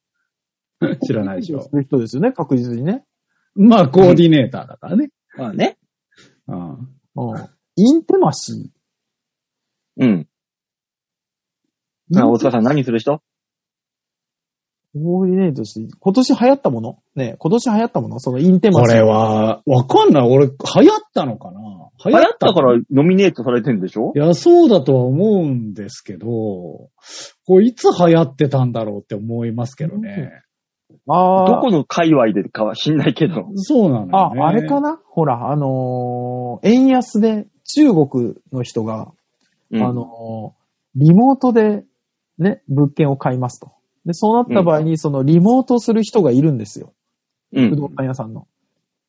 [SPEAKER 4] 知らないでしょ
[SPEAKER 3] そ。ういう人ですよね、確実にね。
[SPEAKER 4] まあ、コーディネーターだからね。
[SPEAKER 2] まあね。
[SPEAKER 4] うん。
[SPEAKER 3] うん。インテマシ
[SPEAKER 2] うん。なあ大塚さん何する人
[SPEAKER 3] ーコーディネートして、今年流行ったものね今年流行ったものそのインテマ
[SPEAKER 4] こ
[SPEAKER 3] シー。
[SPEAKER 4] れは、わかんない。俺、流行ったのかな流
[SPEAKER 2] 流行ったからノミネートされてんでしょ
[SPEAKER 4] いや、そうだとは思うんですけど、こういつ流行ってたんだろうって思いますけどね。
[SPEAKER 3] あー
[SPEAKER 2] どこの界隈でかは知んないけど。
[SPEAKER 4] そうなの
[SPEAKER 3] あ
[SPEAKER 4] よ、ね。
[SPEAKER 3] あれかなほら、あのー円安で中国の人が、
[SPEAKER 2] うん
[SPEAKER 3] あ、のーリモートでね、物件を買いますと。で、そうなった場合に、そのリモートする人がいるんですよ。
[SPEAKER 2] う
[SPEAKER 3] 不動
[SPEAKER 2] ん。
[SPEAKER 3] 産屋さんの。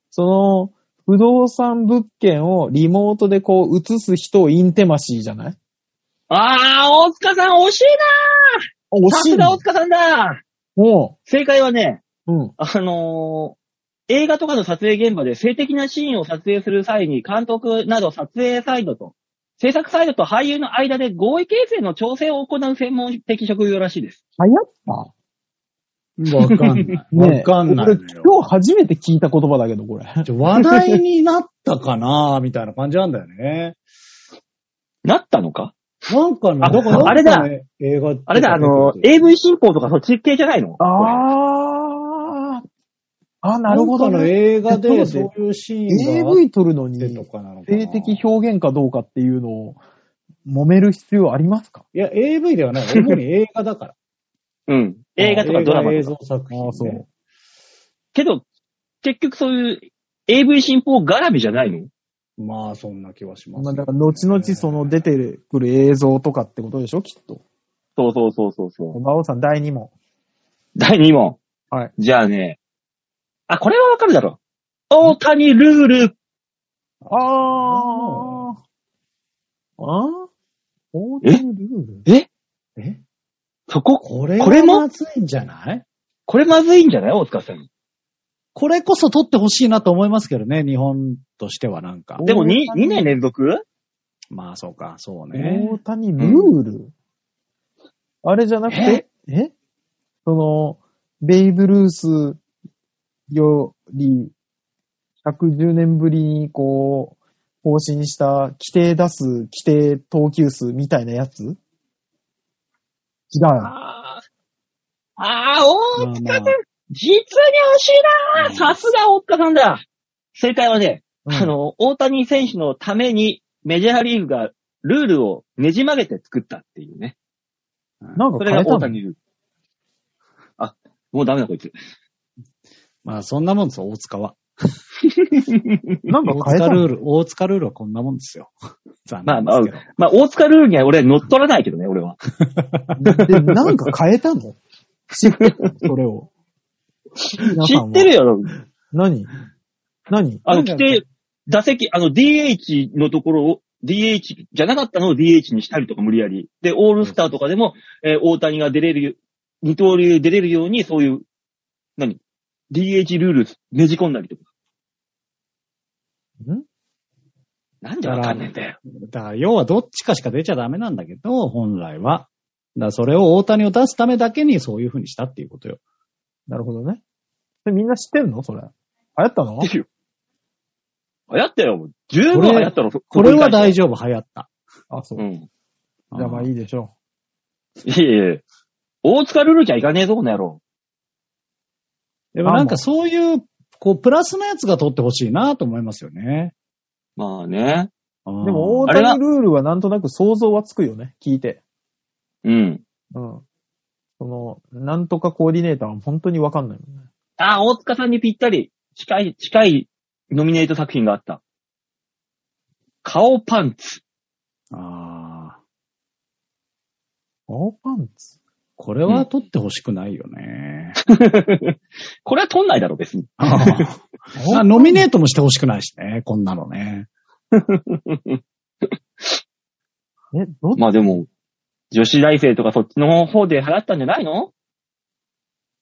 [SPEAKER 3] その、不動産物件をリモートでこう移す人をインテマシーじゃない
[SPEAKER 2] あー、大塚さん惜しい
[SPEAKER 3] あ、
[SPEAKER 2] なさ
[SPEAKER 3] 惜しい
[SPEAKER 2] すが
[SPEAKER 3] の
[SPEAKER 2] 大塚さんだ
[SPEAKER 3] も
[SPEAKER 2] 正解はね、
[SPEAKER 3] う、うん。
[SPEAKER 2] あのー映画とかの撮影現場で性的なシーンを撮影する際に監督など撮影サイドと、制作サイドと俳優の間で合意形成の調整を行う専門的職業らしいです。
[SPEAKER 3] 流行った
[SPEAKER 4] わかんない。
[SPEAKER 3] ねえ
[SPEAKER 4] わかんない
[SPEAKER 3] 俺
[SPEAKER 4] のよ。
[SPEAKER 3] 今日初めて聞いた言葉だけど、これ。
[SPEAKER 4] ちょ話題になったかなみたいな感じなんだよね。
[SPEAKER 2] なったのか
[SPEAKER 4] なんかね、
[SPEAKER 2] あ
[SPEAKER 4] だから
[SPEAKER 2] あれだ
[SPEAKER 4] なんかね映画
[SPEAKER 2] あれだ、あのー、AV 新法とかそっち系じゃないのこ
[SPEAKER 3] あー。あ、なるほど、
[SPEAKER 4] なんかの
[SPEAKER 3] ね。
[SPEAKER 4] 映画で
[SPEAKER 3] そう
[SPEAKER 4] そ
[SPEAKER 3] だ
[SPEAKER 4] ういうシーンがあっ
[SPEAKER 3] AV 撮るのに、
[SPEAKER 4] てと
[SPEAKER 3] 性
[SPEAKER 4] かなのかな。
[SPEAKER 3] 的表現かどうかっていうのを、揉める必要ありますか
[SPEAKER 4] いや、AV ではない。主に映画だから。
[SPEAKER 2] れうん。映画とかドラマ
[SPEAKER 4] 映
[SPEAKER 2] とか。
[SPEAKER 4] 像作品、ね。
[SPEAKER 3] あーそう
[SPEAKER 2] けど、結局そういう AV 新法絡みじゃないの
[SPEAKER 4] まあ、そんな気はします、
[SPEAKER 3] まあ、だから、後々その出てくる映像とかってことでしょ、きっと。
[SPEAKER 2] そうそうそうそうそう。
[SPEAKER 3] 馬王さん第2問。
[SPEAKER 2] 第2問。
[SPEAKER 3] はい。
[SPEAKER 2] じゃあね。あ、これはわかるだろう。大谷ルール。
[SPEAKER 3] あー。あー大
[SPEAKER 2] え
[SPEAKER 3] 谷ルール
[SPEAKER 4] え
[SPEAKER 2] そこ、
[SPEAKER 4] これ
[SPEAKER 2] これも
[SPEAKER 4] まずいんじゃない
[SPEAKER 2] これまずいんじゃない大塚さん。
[SPEAKER 4] これこそ取ってほしいなと思いますけどね、日本としてはなんか。
[SPEAKER 2] でも 2,
[SPEAKER 3] 大谷
[SPEAKER 2] 2年連続
[SPEAKER 4] まあそうか、そうね
[SPEAKER 3] 大。谷ルール、あれじゃなくて、えその、ベイブルースより110年ぶりにこう、更新した規定出す、規定投球数みたいなやつ違う。
[SPEAKER 2] ああ、ああ、大塚さん、
[SPEAKER 4] まあまあ
[SPEAKER 2] 実に惜し
[SPEAKER 4] う
[SPEAKER 2] い
[SPEAKER 4] ん
[SPEAKER 2] なーさすが大塚さんだ正解はね、
[SPEAKER 3] うん
[SPEAKER 2] あの、大谷選手のためにメジャーリーグがルールをねじ曲げて作ったっていうね。
[SPEAKER 3] なん
[SPEAKER 2] そ
[SPEAKER 3] か
[SPEAKER 2] れが
[SPEAKER 3] 変えた
[SPEAKER 2] 大
[SPEAKER 3] の
[SPEAKER 2] 谷ルール。あ、もうダメだこいつ。
[SPEAKER 4] まあそんなもんですよ、大塚は。
[SPEAKER 3] なんか変え
[SPEAKER 4] 大塚
[SPEAKER 3] た
[SPEAKER 4] ルー
[SPEAKER 3] の
[SPEAKER 4] ル、大塚ルールはこんなもんですよ。残念ですけど。
[SPEAKER 2] まあ、大塚ルールには俺乗っ取らないけどね、俺は。
[SPEAKER 3] で なんか変えたの知ってるのそれを。皆
[SPEAKER 2] 知
[SPEAKER 3] さんは
[SPEAKER 2] ってるよ。
[SPEAKER 3] 何何
[SPEAKER 2] あの、
[SPEAKER 4] な
[SPEAKER 2] 規
[SPEAKER 4] んだ
[SPEAKER 2] 定、打席、あの、DH のところを、DH じゃなかったのを DH にしたりとか無理やり。で、オールスターとかでも、えー大谷が出れるよ、二刀流出れるように、そういう、何 ?DH ルールねじ込んだりとか。
[SPEAKER 3] ん
[SPEAKER 2] なんでわかんないんだよ。
[SPEAKER 4] だから要はどっちかしか出ちゃダメなんだけど、本来は。だからそれを大谷を出すためだけにそういう風にしたっていうことよ。
[SPEAKER 3] なるほどね。でみんな知ってんのそれ。流行ったの
[SPEAKER 2] ですよ。流行ったよ。十分
[SPEAKER 4] これ
[SPEAKER 2] 流行ったろ。
[SPEAKER 4] これは大
[SPEAKER 2] 事。
[SPEAKER 4] 丈夫、流行った。
[SPEAKER 3] あ、そう。
[SPEAKER 2] う
[SPEAKER 3] じ
[SPEAKER 2] ん。
[SPEAKER 3] ゃあまあいいでしょ
[SPEAKER 2] いえいえ。大塚ルールじゃいかねえぞ、この野郎。
[SPEAKER 4] でもなんかそういう、こう、プラスのやつが取ってほしいなと思いますよね。
[SPEAKER 2] まあね。
[SPEAKER 4] で
[SPEAKER 3] う。でも、大
[SPEAKER 2] あれは
[SPEAKER 3] 谷ルールはなんとなく想像はつくよね。聞いて。
[SPEAKER 2] うん。
[SPEAKER 3] うん。その、なんとかコーディネーターは本当にわかんないもんね。
[SPEAKER 2] あ、大塚さんにぴったり。近い、近いノミネート作品があった。顔パンツ。
[SPEAKER 4] ああ、
[SPEAKER 3] 青パンツ
[SPEAKER 4] これは取ってほしくない よね。
[SPEAKER 2] これは取んないだろ、別に。
[SPEAKER 4] あーあノミネートもしてほしくないしね、こんなのね。
[SPEAKER 3] え、どっち
[SPEAKER 2] まあでも、女子大生とかそっちの方で流行ったんじゃないの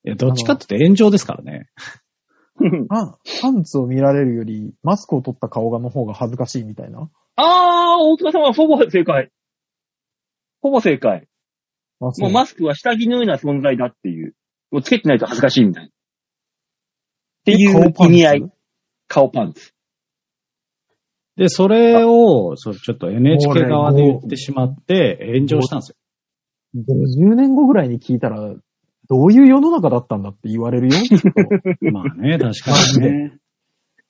[SPEAKER 4] いや、どっちかって言って炎上ですからね。
[SPEAKER 3] あ、パンツを見られるより、マスクを取った顔がの方が恥ずかしいみたいな。
[SPEAKER 2] あー、大塚さんはほぼ正解。ほぼ正解。
[SPEAKER 3] あ
[SPEAKER 2] もう
[SPEAKER 3] マ
[SPEAKER 2] マスクは下着のような存在だっていう。もうつけてないと恥ずかしいみたいな。っていう意味合い。顔パンツ。
[SPEAKER 4] で、それを、そうちょっと NHK
[SPEAKER 3] 俺
[SPEAKER 4] 側で言ってしまって、炎上したんですよ。
[SPEAKER 3] 50年後ぐらいに聞いたら、どういう世の中だったんだって言われるよ。きっと
[SPEAKER 4] まあ ね、確かにね。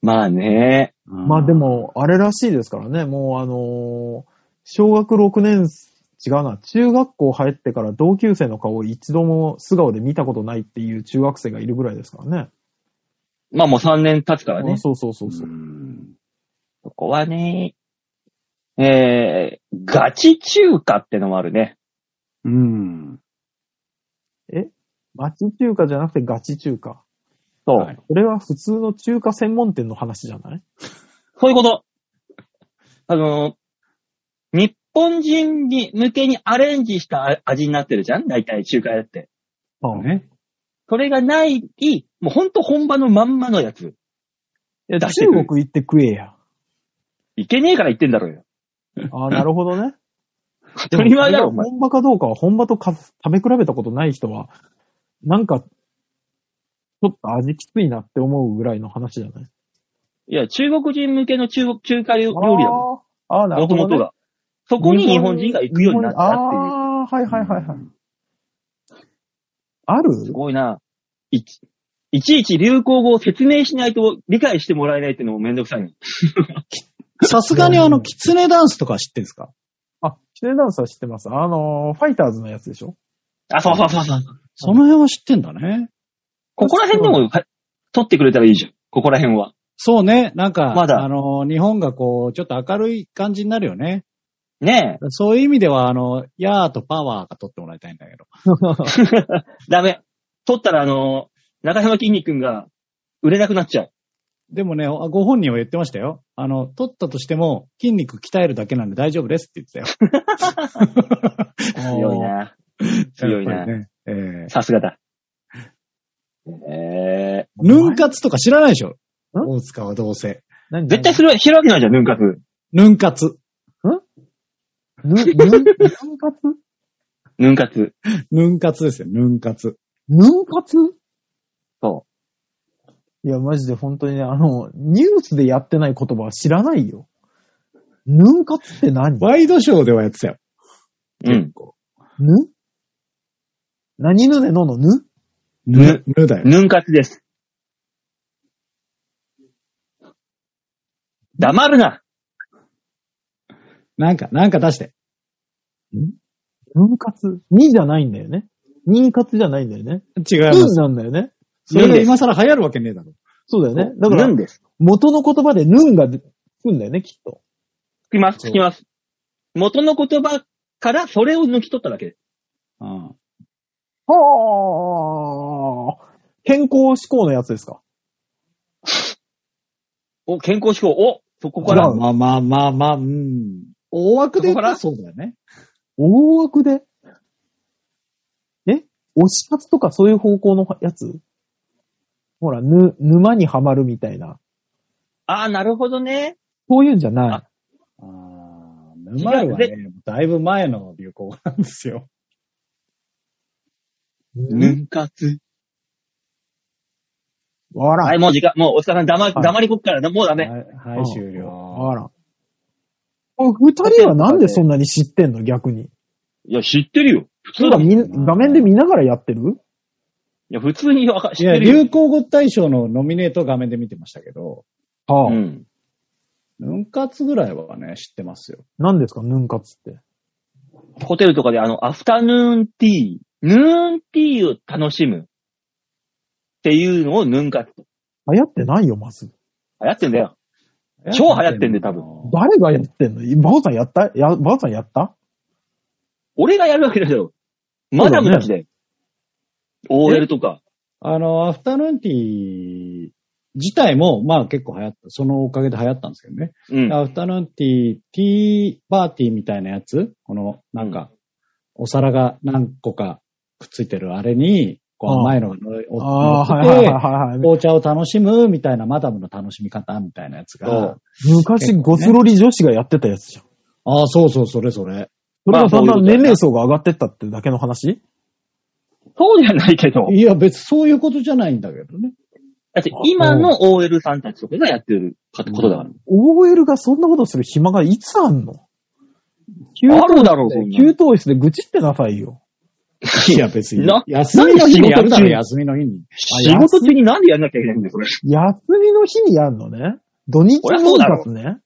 [SPEAKER 2] まあね。
[SPEAKER 4] うん
[SPEAKER 3] まあで、も、あれらしいですからね。もうあのー小学6年、違うな、中学校入ってから同級生の顔を一度も素顔で見たことないっていう中学生がいるぐらいですからね。
[SPEAKER 2] まあもう3年経つからね
[SPEAKER 3] あ。そうそうそううそう。
[SPEAKER 4] ん
[SPEAKER 2] そこはね、えー、ガチ中華ってのもあるね。
[SPEAKER 4] うん。
[SPEAKER 3] 町中華じゃなくてガチ中華。
[SPEAKER 2] そう。
[SPEAKER 4] はい
[SPEAKER 3] これは普通の中華専門店の話じゃない
[SPEAKER 2] そういうこと。あのー、日本人に向けにアレンジした味になってるじゃん大体中華屋って。
[SPEAKER 3] うん
[SPEAKER 4] ね。
[SPEAKER 2] それがない、もうほんと本場のまんまのやつ。
[SPEAKER 3] いや
[SPEAKER 2] 出
[SPEAKER 3] 中
[SPEAKER 2] してくる
[SPEAKER 3] 国行って食え や。
[SPEAKER 2] いけねえから言ってんだろうよ。
[SPEAKER 3] ああ、なるほどね。
[SPEAKER 2] 当たり前だろ、お
[SPEAKER 3] でも
[SPEAKER 2] 前。
[SPEAKER 3] 本場かどうかは本場とか食べ比べたことない人は、なんか、ちょっと味きついなって思うぐらいの話じゃない
[SPEAKER 2] いや、中国人向けの中国中華料料理だもん。
[SPEAKER 3] あーあー、な
[SPEAKER 2] も
[SPEAKER 3] るほ
[SPEAKER 2] と
[SPEAKER 3] ど、
[SPEAKER 2] も
[SPEAKER 3] ね。
[SPEAKER 2] とが。そこに日本人が行くようになったっていう。
[SPEAKER 3] ああー、はいはいはいはい。ある
[SPEAKER 2] すごいな。いち、いちいち流行語を説明しないと理解してもらえないっていうのもめんどくさいね。
[SPEAKER 4] さすがにあの、キツネダンスとか知ってんすか
[SPEAKER 3] あ、キツネダンスは知ってます。あのー、ファイターズのやつでしょ
[SPEAKER 2] あ、そうそうそうそう。
[SPEAKER 4] その辺は知ってんだね。
[SPEAKER 2] ここら辺でも、は取ってくれたらいいじゃん。ここら辺は。
[SPEAKER 4] そうね。なんか、
[SPEAKER 2] まだ
[SPEAKER 4] あの、日本がこう、ちょっと明るい感じになるよね。
[SPEAKER 2] ねえ。
[SPEAKER 4] そういう意味では、あの、ヤーとパワーが取ってもらいたいんだけど。
[SPEAKER 2] ダメ。取ったら、あの、中山きんに君が売れなくなっちゃう。
[SPEAKER 4] でもね、あご本人は言ってましたよ。あの、取ったとしても、筋肉鍛えるだけなんで大丈夫ですって言ってたよ。
[SPEAKER 2] 強いな。 強い
[SPEAKER 4] やっ
[SPEAKER 2] な
[SPEAKER 4] ぱ。りね。ええ
[SPEAKER 2] さすが だ。え
[SPEAKER 4] ヌン活とか知らないでしょ
[SPEAKER 3] ん
[SPEAKER 4] 大塚はどうせ。
[SPEAKER 2] ー、絶対する、知るわけないじゃん、ヌンカツ。
[SPEAKER 4] ヌン活。
[SPEAKER 3] ぬ、ぬ、ぬんかつ
[SPEAKER 2] ヌンカツ。
[SPEAKER 4] ヌン活ですよ、ヌン活。
[SPEAKER 3] ぬんかつ
[SPEAKER 2] そ
[SPEAKER 3] いや、マジで本当にね、あの、ニュースでやってない言葉は知らないよ。ぬんかつって何
[SPEAKER 4] ワイドショーではやってたよ。
[SPEAKER 2] う。うん。
[SPEAKER 3] ぬ何ぬねののぬ
[SPEAKER 4] ぬ、ぬだよ。
[SPEAKER 2] ヌンカツです。黙るな
[SPEAKER 4] なんか、なんか出して。
[SPEAKER 3] ぬんかつみじゃないんだよね。にんかつじゃないんだよね。
[SPEAKER 4] 違いま
[SPEAKER 3] ぬん
[SPEAKER 4] す。
[SPEAKER 3] なんだよね。
[SPEAKER 4] それが今更流行るわけねえだろ。
[SPEAKER 3] そうだよね。だから
[SPEAKER 2] ヌン、です。
[SPEAKER 3] 元の言葉でぬんがつくんだよね、きっと。
[SPEAKER 2] つきます、つきます。元の言葉からそれを抜き取っただけ。
[SPEAKER 4] うん。
[SPEAKER 3] はあ。健康志向のやつですか
[SPEAKER 2] お、健康志向。おそこ
[SPEAKER 4] ま
[SPEAKER 2] から
[SPEAKER 4] あ。まあまあまあまあ、うん。大枠で言ったらそうだよね。
[SPEAKER 3] 大枠でえ推し活とかそういう方向のやつほら、ぬ、沼にはまるみたいな。
[SPEAKER 2] ああ、なるほどね。
[SPEAKER 3] そういうんじゃない。
[SPEAKER 4] ああ、沼はね
[SPEAKER 2] 違、
[SPEAKER 4] だいぶ前の流行語なんですよ。
[SPEAKER 2] ヌンカツ。
[SPEAKER 3] わらん。
[SPEAKER 2] はい、もう時間、もうお疲れさん黙、
[SPEAKER 3] はい
[SPEAKER 2] 黙りこっから、もうダメ。
[SPEAKER 4] はい、はい、終了。
[SPEAKER 3] わらん。お二人はなんでそんなに知ってんの逆に。
[SPEAKER 2] いや、知ってるよ。普
[SPEAKER 3] そ
[SPEAKER 2] 通
[SPEAKER 3] う
[SPEAKER 2] だ
[SPEAKER 3] だ、
[SPEAKER 2] もん。い
[SPEAKER 3] みん画面で見ながらやってる
[SPEAKER 2] や、普通にわか、知
[SPEAKER 4] い
[SPEAKER 2] っ
[SPEAKER 4] や、
[SPEAKER 2] てるよ。
[SPEAKER 4] 流行語大賞のノミネート画面で見てましたけど、
[SPEAKER 3] はあ、
[SPEAKER 2] うん。
[SPEAKER 4] ヌン活ぐらいはね、知ってますよ。
[SPEAKER 3] 何ですかヌンカツって。
[SPEAKER 2] ホテルとかであの、アフタヌーンティー、ヌーンティーを楽しむ。っていうのをヌンカツと。
[SPEAKER 3] 流行ってないよ、まず。
[SPEAKER 2] 流行ってんだよ。超流行ってんで多分
[SPEAKER 3] 誰がやってんのバオさんやったや、バオさんやった
[SPEAKER 2] 俺がやるわけだよ。マダムたちで。OL とか。
[SPEAKER 4] あの、アフタヌーンティー自体も、まあ結構流行った。そのおかげで流行ったんですけどね。
[SPEAKER 2] うん。
[SPEAKER 4] アフタヌーンティー、ティーパーティーみたいなやつこの、なんか、お皿が何個かくっついてるあれに、こ
[SPEAKER 3] あ
[SPEAKER 4] う
[SPEAKER 3] あ
[SPEAKER 4] 甘いのが乗り乗
[SPEAKER 3] ああ、は
[SPEAKER 4] っ
[SPEAKER 3] いはい
[SPEAKER 4] て
[SPEAKER 3] はい
[SPEAKER 4] て、
[SPEAKER 3] はいはい。
[SPEAKER 4] 紅茶を楽しむみたいなマダムの楽しみ方みたいなやつ
[SPEAKER 2] そ
[SPEAKER 4] が
[SPEAKER 2] う。
[SPEAKER 3] 昔、ゴスロリ女子がやってたやつじゃん。
[SPEAKER 4] ああ、そうそう、それそれ。
[SPEAKER 3] それがだ
[SPEAKER 2] まあ
[SPEAKER 3] んだん
[SPEAKER 2] そういうことだよね
[SPEAKER 3] 年齢層が上がってったってだけの話
[SPEAKER 2] そうじゃないけど。
[SPEAKER 4] いや、別にそういうことじゃないんだけどね。
[SPEAKER 2] だって今の OL さんたちとかがやってるかってことだから。
[SPEAKER 3] ?OL がそんなことする暇がいつあんの給
[SPEAKER 2] あるだろう、そんな
[SPEAKER 3] 給湯室で愚痴ってなさいよ。
[SPEAKER 4] いや、別に
[SPEAKER 2] な。
[SPEAKER 4] 休みの日にやるだ
[SPEAKER 2] 何の仕事中
[SPEAKER 4] ろ、休みの日に。
[SPEAKER 2] 仕事中になんでやんなきゃいけないんだよ、それ。
[SPEAKER 3] 休みの日にやんのね。土日分割ね。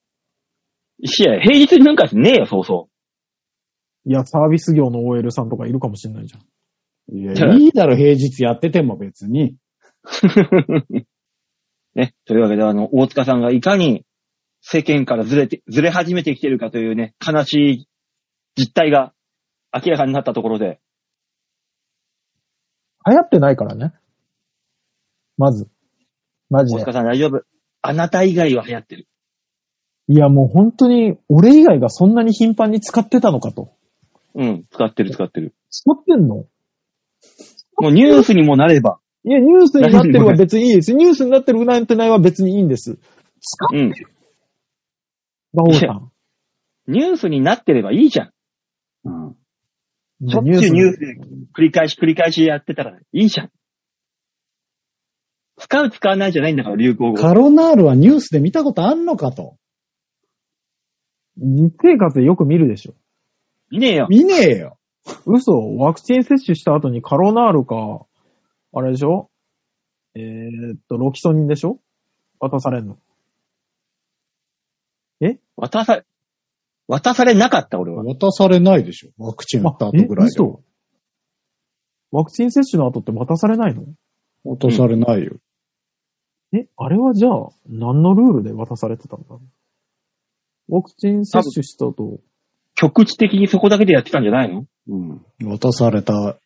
[SPEAKER 2] いや、平日になんかねえよ、そうそ
[SPEAKER 3] いや、サービス業の OL さんとかいるかもしれないじゃん。
[SPEAKER 4] いや、いいだろ、平日やってても別に。
[SPEAKER 2] う。ね。というわけで、あの、大塚さんがいかに世間からずれて、ずれ始めてきてるかというね、悲しい実態が明らかになったところで。
[SPEAKER 3] 流行ってないからね。まず。マジ
[SPEAKER 2] 大
[SPEAKER 3] で
[SPEAKER 2] 塚。さん大丈夫。あなた以外は流行ってる。
[SPEAKER 3] いや、もう本当に、俺以外がそんなに頻繁に使ってたのかと。
[SPEAKER 2] うん。使ってる、使ってる。
[SPEAKER 3] 使ってんの
[SPEAKER 2] もうニュースにもなれば。
[SPEAKER 3] いや、ニュースになってるは別にいいです。ニュースになってるなんてないは別にいいんです。使っ
[SPEAKER 2] うん。
[SPEAKER 3] 馬王さ
[SPEAKER 2] いや
[SPEAKER 3] ん。
[SPEAKER 2] ニュースになってればいいじゃん。
[SPEAKER 4] うん。
[SPEAKER 2] しょっちゅうニュースで繰り返し繰り返しやってたらいいじゃん。使う使わないじゃないんだから、流行語。
[SPEAKER 4] カロナールはニュースで見たことあんのかと。
[SPEAKER 3] 日生活でよく見るでしょ。
[SPEAKER 2] いねえよ。
[SPEAKER 4] 見ねえよ。
[SPEAKER 3] 嘘、ワクチン接種した後にカロナールか、あれでしょえー、っと、ロキソニンでしょ渡されんの。
[SPEAKER 2] 渡さ、渡されなかった、俺は。
[SPEAKER 4] 渡されないでしょ。ワクチン打った後ぐらいで。
[SPEAKER 3] 嘘ワクチン接種の後って渡されないの
[SPEAKER 4] 渡されないよ。
[SPEAKER 3] え、あれはじゃあ、何のルールで渡されてたんだろうワクチン接種した後、
[SPEAKER 2] 局地的にそこだけでやってたんじゃないの
[SPEAKER 4] うん。渡された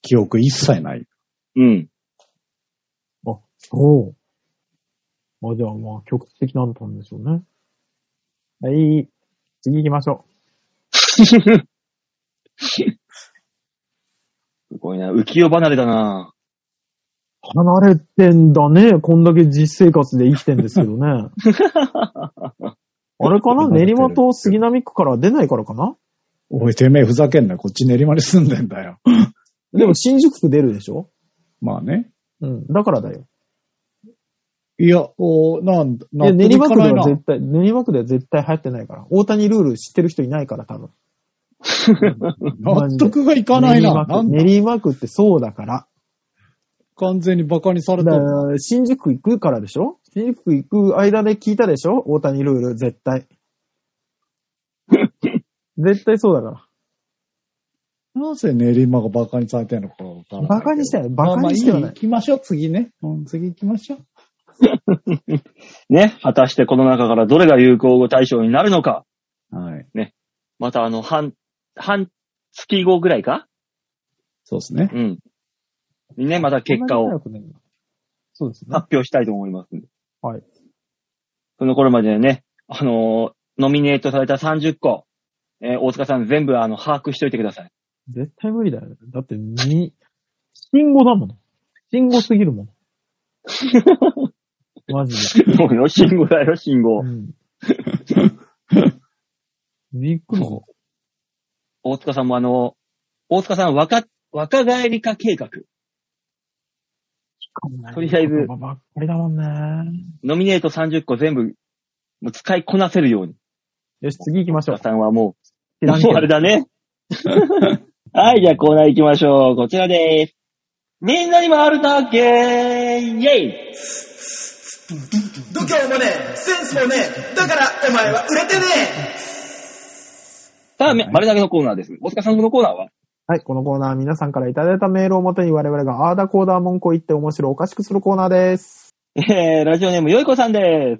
[SPEAKER 4] 記憶一切ない。
[SPEAKER 2] うん。
[SPEAKER 3] そう。まあじゃあまあ、局地的なんだったんでしょうね。はい。次行きましょ
[SPEAKER 2] すごいな。浮世離れだな。
[SPEAKER 3] う。離れてんだね。こんだけ実生活で生きてんですけど ね。あれかな
[SPEAKER 4] 離れてる
[SPEAKER 3] 練馬と杉並区から出ないからかな
[SPEAKER 4] おい、てめえふざけんなよ。こっち練馬に住んでんだよ。
[SPEAKER 3] でも新宿区出るでしょ
[SPEAKER 4] まあね。
[SPEAKER 3] うん。だからだよ。
[SPEAKER 4] いや、おーなんだ、
[SPEAKER 3] いや、練馬区で
[SPEAKER 4] いな
[SPEAKER 3] は絶対、練馬区では絶対流行ってないから。大谷ルール知ってる人いないから、多分。マジで
[SPEAKER 4] 納得がいかないな。
[SPEAKER 3] 練馬区
[SPEAKER 4] なんだ
[SPEAKER 3] 練馬区ってそうだから。
[SPEAKER 4] 完全に馬鹿にされ
[SPEAKER 3] だ
[SPEAKER 4] て
[SPEAKER 3] か
[SPEAKER 4] る。
[SPEAKER 3] ら新宿区行くからでしょ新宿区行く間で聞いたでしょ大谷ルール、絶対。絶対そうだか。
[SPEAKER 4] なぜ練馬が馬鹿にされてるのかわかららないけど。
[SPEAKER 3] バカにしてない。バカにしては
[SPEAKER 4] まあま
[SPEAKER 3] な
[SPEAKER 4] あ
[SPEAKER 3] い
[SPEAKER 4] 行。きましょう、次ね。うん、次行きましょう。
[SPEAKER 2] ね。果たしてこの中からどれが有効語対象になるのか。
[SPEAKER 4] はい。
[SPEAKER 2] またあの、半、半月後ぐらいか
[SPEAKER 4] そうですね。
[SPEAKER 2] うん。にね、また結果
[SPEAKER 3] こん
[SPEAKER 2] を
[SPEAKER 3] なに早くねそうですね。
[SPEAKER 2] 発表したいと思いますんで。
[SPEAKER 3] はい。
[SPEAKER 2] その頃までね、あのーノミネートされた30個、えー大塚さん全部あの、把握しといてください。
[SPEAKER 3] 絶対無理だよね。だって、に、信号だもの。信号すぎるもの。マジ で。
[SPEAKER 2] そうよ、信号だよ、信号。
[SPEAKER 3] うん。びっくりした。
[SPEAKER 2] 大塚さんもあの、大塚さん若、若返り化計画。とりあえず
[SPEAKER 3] ばっかりだもんね。
[SPEAKER 2] ノミネート30個全部、もう使いこなせるように。
[SPEAKER 3] よし、次行きましょ
[SPEAKER 2] 大
[SPEAKER 3] う
[SPEAKER 2] 塚。さんはもう、
[SPEAKER 3] 知らんけ
[SPEAKER 2] もう
[SPEAKER 3] ど
[SPEAKER 2] あれだ ね。はい、じゃあコーナー行きましょう。こちらでーす。みんなにもあるだけイェイ
[SPEAKER 1] 度胸もねえ、センスもねえ、だからお前は売れてねえ
[SPEAKER 2] さあ、め丸投げのコーナーです。大塚さんこのコーナーは
[SPEAKER 3] はい、このコーナーは皆さんからいただいたメールをもとに我々がアーダコーダー文句を言って面白おかしくするコーナーです。
[SPEAKER 2] えー、ラジオネーム、よいこさんで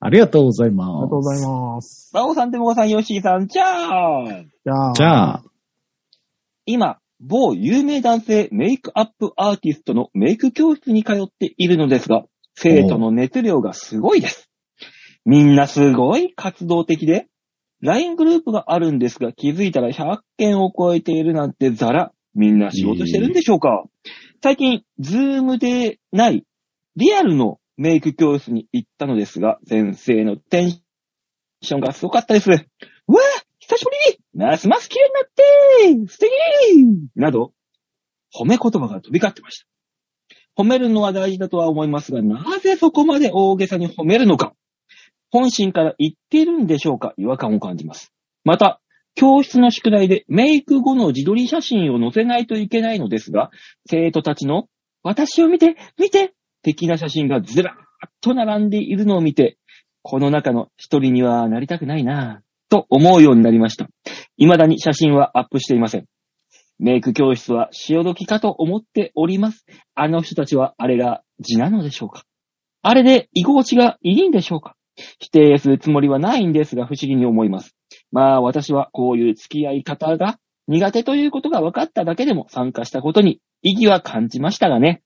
[SPEAKER 4] ありがとうございます。
[SPEAKER 3] ありがとうございます。
[SPEAKER 2] す。バオさん、てもこさん、ヨッシーさん、じゃーん
[SPEAKER 3] じゃあ、
[SPEAKER 4] じゃあ、
[SPEAKER 2] 今、某有名男性メイクアップアーティストのメイク教室に通っているのですが、生徒の熱量がすごいです。みんなすごい活動的で、LINE グループがあるんですが、気づいたら100件を超えているなんてザラ。みんな仕事してるんでしょうか、最近、ズームでない、リアルのメイク教室に行ったのですが、先生のテンションがすごかったです。うわ久しぶりますます綺麗になって素敵など、褒め言葉が飛び交ってました。褒めるのは大事だとは思いますが、なぜそこまで大げさに褒めるのか本心から言っているんでしょうか違和感を感じます。また、教室の宿題でメイク後の自撮り写真を載せないといけないのですが、生徒たちの私を見て、見て的な写真がずらーっと並んでいるのを見て、この中の一人にはなりたくないなぁと思うようになりました。未だに写真はアップしていません。メイク教室は潮時かと思っております。あの人たちはあれが字なのでしょうかあれで居心地がいいんでしょうか否定するつもりはないんですが不思議に思います。まあ私はこういう付き合い方が苦手ということが分かっただけでも参加したことに意義は感じましたがね。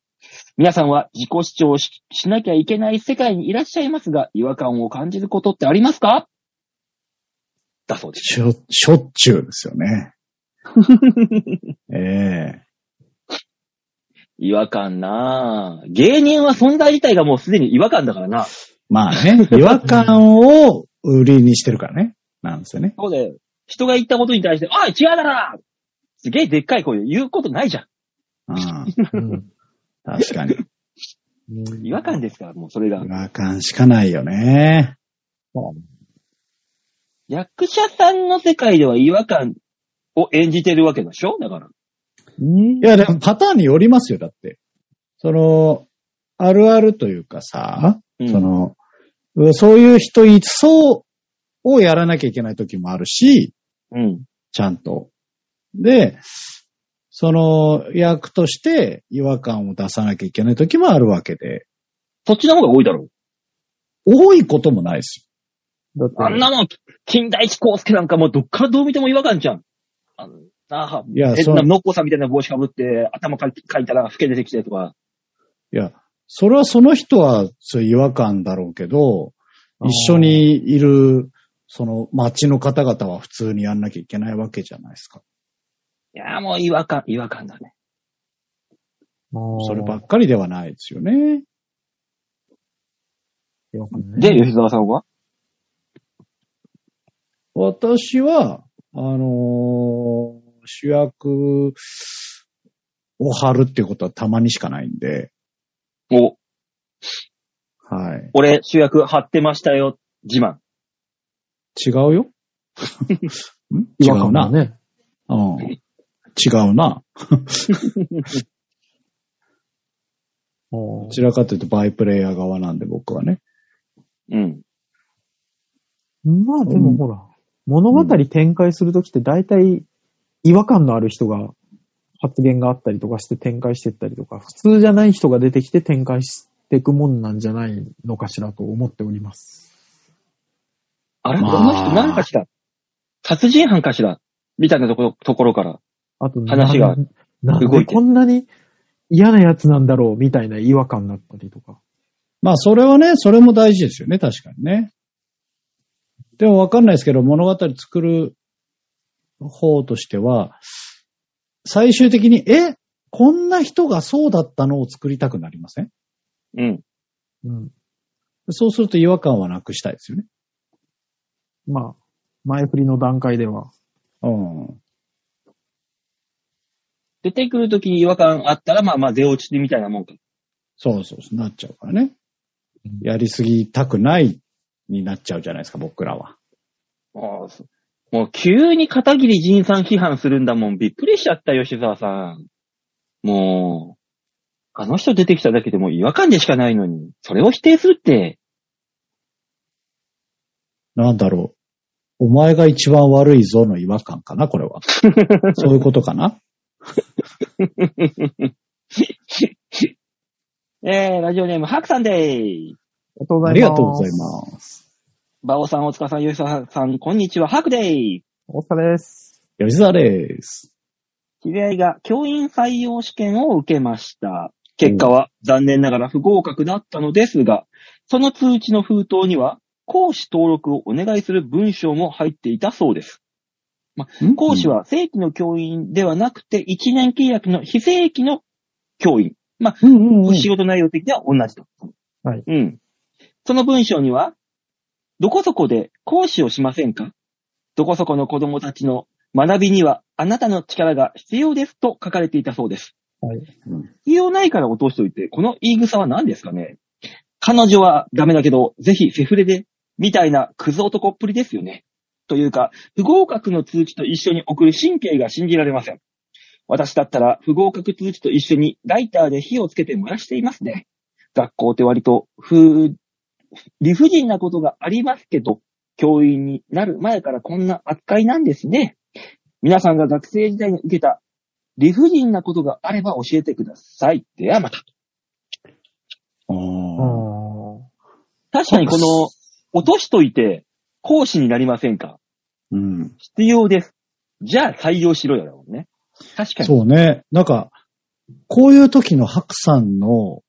[SPEAKER 2] 皆さんは自己主張ししなきゃいけない世界にいらっしゃいますが、違和感を感じることってありますかだそうです。
[SPEAKER 4] しょ、しょっちゅうです よね。ええ
[SPEAKER 2] 違和感なぁ。芸人は存在自体がもうすでに違和感だからな。そ
[SPEAKER 4] ま あね、違和感を売りにしてるからね。なんですよね。
[SPEAKER 2] うだよ。人が言ったことに対して、おい違うだろすげえでっかい声で言うことないじゃん。
[SPEAKER 4] うん、
[SPEAKER 3] うん
[SPEAKER 4] 確かに。
[SPEAKER 2] 違和感ですから、もうそれが
[SPEAKER 4] 違。和感しかないよね。
[SPEAKER 2] 役者さんの世界では違和感を演じてるわけでしょだから。
[SPEAKER 3] うん
[SPEAKER 4] いや、でもパターンによりますよ、だって。その、あるあるというかさ、
[SPEAKER 2] うん
[SPEAKER 4] その、うそういう人いそうをやらなきゃいけない時もあるし、
[SPEAKER 2] うん。
[SPEAKER 4] ちゃんと。で、その役として違和感を出さなきゃいけない時もあるわけで、
[SPEAKER 2] そっちの方が多いだろ
[SPEAKER 4] 多いこともないです
[SPEAKER 3] だって、
[SPEAKER 2] あんなの、金田一光介なんかもうどっからどう見ても違和感じゃん。あのなあ、
[SPEAKER 4] いや
[SPEAKER 2] 変
[SPEAKER 4] そう
[SPEAKER 2] なノッコさんみたいな帽子かぶって、頭かいかいたら、老け出てきてとか。
[SPEAKER 4] いや、それはその人はそういう違和感だろうけど、
[SPEAKER 3] あー
[SPEAKER 4] 一緒にいる、その街の方々は普通にやんなきゃいけないわけじゃないですか。
[SPEAKER 2] いや、もう違和感、違和感だね。
[SPEAKER 4] そ
[SPEAKER 3] そ
[SPEAKER 4] ればっかりではないですよね。
[SPEAKER 2] で、吉沢さんは
[SPEAKER 4] 私は、あのー主役を張るっていうことはたまにしかないんで、
[SPEAKER 2] お、
[SPEAKER 4] はい。
[SPEAKER 2] 俺主役張ってましたよ、自慢。
[SPEAKER 4] 違う よん違
[SPEAKER 3] 違和
[SPEAKER 4] う
[SPEAKER 3] 感だ。
[SPEAKER 4] な
[SPEAKER 3] ね。
[SPEAKER 4] うん。違うな。
[SPEAKER 3] お
[SPEAKER 4] ど
[SPEAKER 3] ー
[SPEAKER 4] ちらかというとバイプレイヤー側なんで僕はね。
[SPEAKER 2] うん。
[SPEAKER 3] まあでもほら、物語展開するときって大体違和感のある人が発言があったりとかして展開してったりとか、普通じゃない人が出てきて展開していくもんなんじゃないのかしらと思っております。
[SPEAKER 2] あれ、
[SPEAKER 4] まあ
[SPEAKER 2] この人何かしら殺人犯かしらみたいなところところから。
[SPEAKER 3] あと、
[SPEAKER 2] 話が
[SPEAKER 3] ななん
[SPEAKER 2] 動
[SPEAKER 3] で
[SPEAKER 2] いてる
[SPEAKER 3] こんなに嫌なやつなんだろうみたいな違和感だったりとか。
[SPEAKER 4] まあ、それはね、それも大事ですよね、確かにね。でもわかんないですけど、物語作る方としては、最終的に、えこんな人がそうだったのを作りたくなりません
[SPEAKER 2] うん。
[SPEAKER 3] うん。
[SPEAKER 4] そうすると違和感はなくしたいですよね。
[SPEAKER 3] まあ、前振りの段階では。
[SPEAKER 4] うん。
[SPEAKER 2] 出てくるときに違和感あったら、まあまあ出落ちみたいなもんか。
[SPEAKER 4] そうそうそう、なっちゃうからね。やりすぎたくないになっちゃうじゃないですか、僕らは。
[SPEAKER 2] ああそうもう急に片桐仁さん批判するんだもん。びっくりしちゃった、吉沢さん。もう、あの人出てきただけでもう違和感でしかないのに、それを否定するって、
[SPEAKER 4] なんだろう。お前が一番悪いぞの違和感かな、これ は。そういうことかな。
[SPEAKER 2] えー、ラジオネーム、ハクさんでーす。
[SPEAKER 3] ありがとうご
[SPEAKER 4] あ
[SPEAKER 3] ざ
[SPEAKER 4] り
[SPEAKER 3] います。
[SPEAKER 4] がとうございます。
[SPEAKER 2] バオさん、大塚さん、吉沢さん、こんにちは、ハクでーす。
[SPEAKER 3] お疲れです。
[SPEAKER 4] 吉沢です。
[SPEAKER 2] 知り合いが教員採用試験を受けました。結果は残念ながら不合格だったのですが、その通知の封筒には、講師登録をお願いする文章も入っていたそうです。講師は正規の教員ではなくて、1年契約の非正規の教員。
[SPEAKER 4] うん、うんうんうん
[SPEAKER 2] 仕事内容的には同じと。
[SPEAKER 3] はい。
[SPEAKER 2] うん。その文章には、どこそこで講師をしませんかどこそこの子供たちの学びにはあなたの力が必要ですと書かれていたそうです。
[SPEAKER 3] はい。
[SPEAKER 2] 必要ないから落としといて、この言い草は何ですかね彼女はダメだけど、ぜひセフレで、みたいなクズ男っぷりですよね。というか、不合格の通知と一緒に送る神経が信じられません。私だったら不合格通知と一緒にライターで火をつけて燃やしていますね。学校って割と不、理不尽なことがありますけど、教員になる前からこんな扱いなんですね。皆さんが学生時代に受けた理不尽なことがあれば教えてください。ではまた。
[SPEAKER 4] あー
[SPEAKER 2] 確かにこの、落としといて、講師になりませんか
[SPEAKER 4] うん。
[SPEAKER 2] 必要です。じゃあ採用しろよだもんね。確かに。
[SPEAKER 4] そうね。なんか、こういう時の白さんの、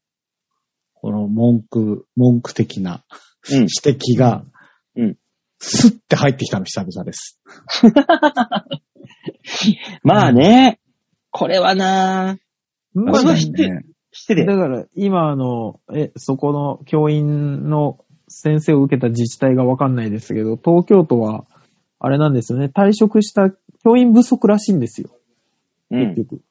[SPEAKER 4] この文句、文句的な
[SPEAKER 2] うん。
[SPEAKER 4] 指摘が、
[SPEAKER 2] うん
[SPEAKER 4] スッて入ってきたの久々です。
[SPEAKER 2] まあね。これはなぁ。
[SPEAKER 3] うん
[SPEAKER 2] まあ
[SPEAKER 3] ね
[SPEAKER 2] 知って
[SPEAKER 4] ね
[SPEAKER 2] 失礼
[SPEAKER 3] だ。から、今、あの、え、そこの教員の先生を受けた自治体がわかんないですけど、東京都は、あれなんですよね、退職した教員不足らしいんですよ、
[SPEAKER 2] うん
[SPEAKER 3] 結。局。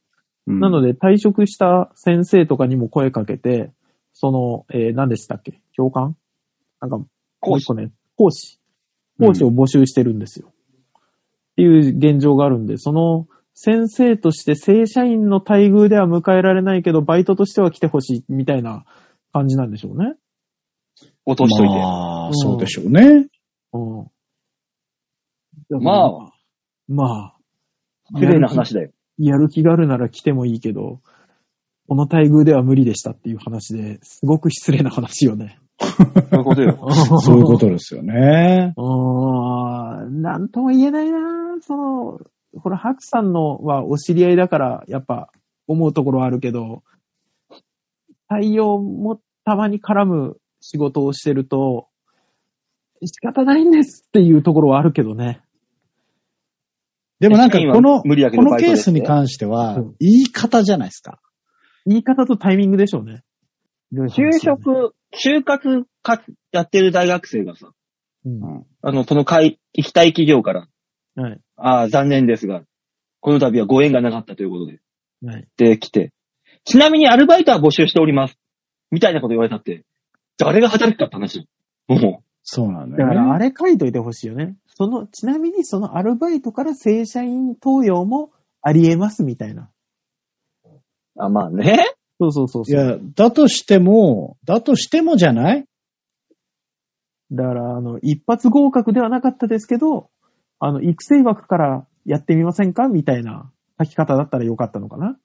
[SPEAKER 4] うん
[SPEAKER 3] なので、退職した先生とかにも声かけて、その、えー何でしたっけ教官なんか、
[SPEAKER 2] 講師。
[SPEAKER 3] もう一個ね、講師。講師を募集してるんですよ。っていう現状があるんで、その、先生として正社員の待遇では迎えられないけど、バイトとしては来てほしいみたいな感じなんでしょうね。
[SPEAKER 2] 落としといて。
[SPEAKER 4] まあ
[SPEAKER 3] う、ん
[SPEAKER 4] そうでしょうね。
[SPEAKER 3] うん。
[SPEAKER 2] まあ、
[SPEAKER 3] まあ、
[SPEAKER 2] 失礼な話だよ。
[SPEAKER 3] やる気。やる気があるなら来てもいいけど、この待遇では無理でしたっていう話ですごく失礼な話よね。
[SPEAKER 2] そういうことよ。
[SPEAKER 4] そういうことですよね。
[SPEAKER 3] うーん、なんとも言えないなその、これ、ハクさんのはお知り合いだから、やっぱ、思うところはあるけど、採用もたまに絡む仕事をしてると、仕方ないんですっていうところはあるけどね。
[SPEAKER 4] でもなんか、この、
[SPEAKER 2] 今無理やけど
[SPEAKER 4] この
[SPEAKER 2] バイト
[SPEAKER 4] ケ
[SPEAKER 2] で
[SPEAKER 4] ー
[SPEAKER 2] す
[SPEAKER 4] ス
[SPEAKER 2] ね
[SPEAKER 4] に関しては
[SPEAKER 3] うん、
[SPEAKER 4] 言い方じゃないですか。
[SPEAKER 3] 言い方とタイミングでしょうね。
[SPEAKER 2] 就職、就活か、やってる大学生がさ、
[SPEAKER 3] うん
[SPEAKER 2] あの、その会、行きたい企業から、
[SPEAKER 3] はい。
[SPEAKER 2] ああ、残念ですが、この度はご縁がなかったということで、
[SPEAKER 3] はい。
[SPEAKER 2] できて、ちなみにアルバイトは募集しております。みたいなこと言われたって、誰が働くかって話よ。も
[SPEAKER 4] そうなんだ
[SPEAKER 3] だ
[SPEAKER 4] よ
[SPEAKER 3] か
[SPEAKER 4] ね。
[SPEAKER 3] ら、あれ書いといてほしいよね。その、ちなみにそのアルバイトから正社員登用もあり得ますみたいな。
[SPEAKER 2] う。あ、まあね。
[SPEAKER 3] そうそうそう
[SPEAKER 4] い
[SPEAKER 3] そう。
[SPEAKER 4] や、だとしても、だとしてもじゃない
[SPEAKER 3] だから、あの、一発合格ではなかったですけど、あの、育成枠からやってみませんかみたいな書き方だったらよかったのかな。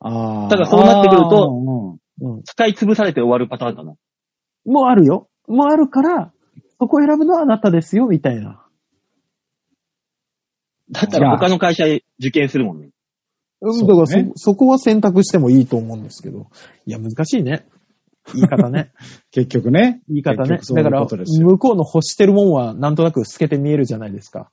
[SPEAKER 4] ああ。
[SPEAKER 2] ただそうなってくると
[SPEAKER 4] あー、うん
[SPEAKER 3] うん。
[SPEAKER 2] 使い潰されて終わるパターンだな。
[SPEAKER 3] もうあるよ。もうあるから、そこ選ぶのはあなたですよ、みたいな。
[SPEAKER 2] だったら他の会社へ受験するもんね。
[SPEAKER 3] うん
[SPEAKER 4] そう
[SPEAKER 3] だ
[SPEAKER 4] ね
[SPEAKER 3] からそ、そこは選択してもいいと思うんですけど。いや、難しいね。言い方 ね。
[SPEAKER 4] 結局ね。
[SPEAKER 3] 言い方ね。
[SPEAKER 4] 結局そうい
[SPEAKER 3] だから、
[SPEAKER 4] うことですよ
[SPEAKER 3] 向こうの欲してるもんはなんとなく透けて見えるじゃないですか。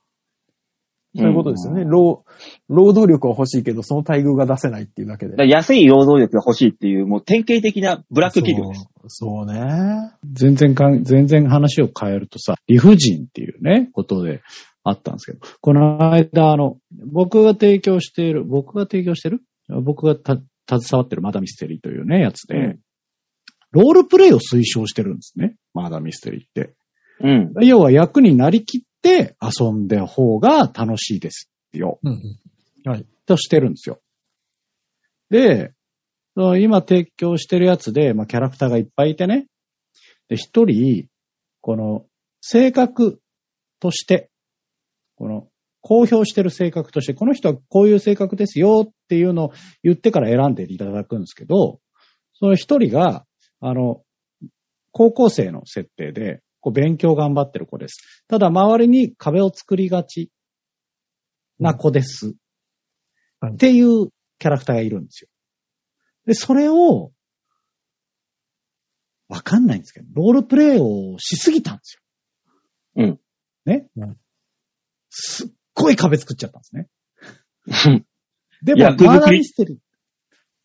[SPEAKER 3] そういうことですよね。
[SPEAKER 4] うん
[SPEAKER 3] 労、労働力は欲しいけど、その待遇が出せないっていうだけで
[SPEAKER 2] だか。ら安い労働力が欲しいっていう、もう典型的なブラック企業です。
[SPEAKER 3] そうそうね。
[SPEAKER 4] 全然かん、全然話を変えるとさ、理不尽っていうね、ことであったんですけど、この間、あの、僕が提供している、僕が提供してる僕がた、携わってるマダミステリーというね、やつで、
[SPEAKER 2] うん
[SPEAKER 4] ロールプレイを推奨してるんですね。マダミステリーって。
[SPEAKER 2] うん。
[SPEAKER 4] 要は役になりきって遊んだ方が楽しいですよ。
[SPEAKER 3] うん。
[SPEAKER 4] としてるんですよ。で、その今提供してるやつで、まあ、キャラクターがいっぱいいてね。で、一人、この、性格として、この、公表してる性格として、この人はこういう性格ですよっていうのを言ってから選んでいただくんですけど、その一人が、あの、高校生の設定で、こう勉強頑張ってる子です。ただ、周りに壁を作りがちな子です。
[SPEAKER 3] はい
[SPEAKER 4] っていうキャラクターがいるんですよ。で、それを、わかんないんですけど、ロールプレイをしすぎたんですよ。
[SPEAKER 2] うん。
[SPEAKER 4] ね、
[SPEAKER 3] うん
[SPEAKER 4] すっごい壁作っちゃったんですね。 でも、
[SPEAKER 2] 役作り
[SPEAKER 4] マーダーミステリー。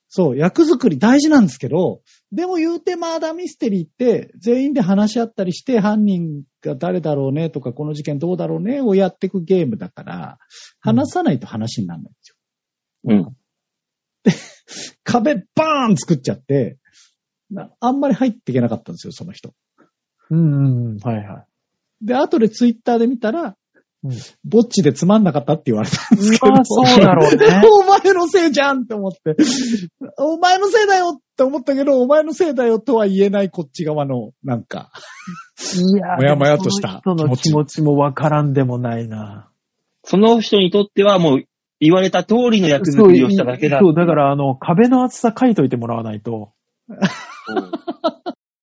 [SPEAKER 4] そう、役作り大事なんですけど、でも言うてマーダーミステリーって、全員で話し合ったりして、犯人が誰だろうねとか、この事件どうだろうねをやっていくゲームだから、
[SPEAKER 3] うん
[SPEAKER 4] 話さないと話にならないんです
[SPEAKER 2] う
[SPEAKER 4] よ。
[SPEAKER 2] ん。
[SPEAKER 4] 壁バーン作っちゃって、なあんまり入っていけなかったんですよ、その人。
[SPEAKER 3] うんうん。はいは
[SPEAKER 4] で、後でツイッターで見たら、
[SPEAKER 3] うん
[SPEAKER 4] ぼっちでつまんなかったって言われたんです
[SPEAKER 3] い
[SPEAKER 4] け。ど。。
[SPEAKER 3] まあ、そうだろうね
[SPEAKER 4] お前のせいじゃんって思って。お前のせいだよって思ったけど、お前のせいだよとは言えないこっち側の、なんか。
[SPEAKER 3] いや
[SPEAKER 4] もやもやとした
[SPEAKER 3] その人の気持ちもわからんでもないな。
[SPEAKER 2] その人にとってはもう言われた通りの役作りをしただけだ。
[SPEAKER 3] そう、だから、あの、壁の厚さ書いといてもらわないと。
[SPEAKER 2] うん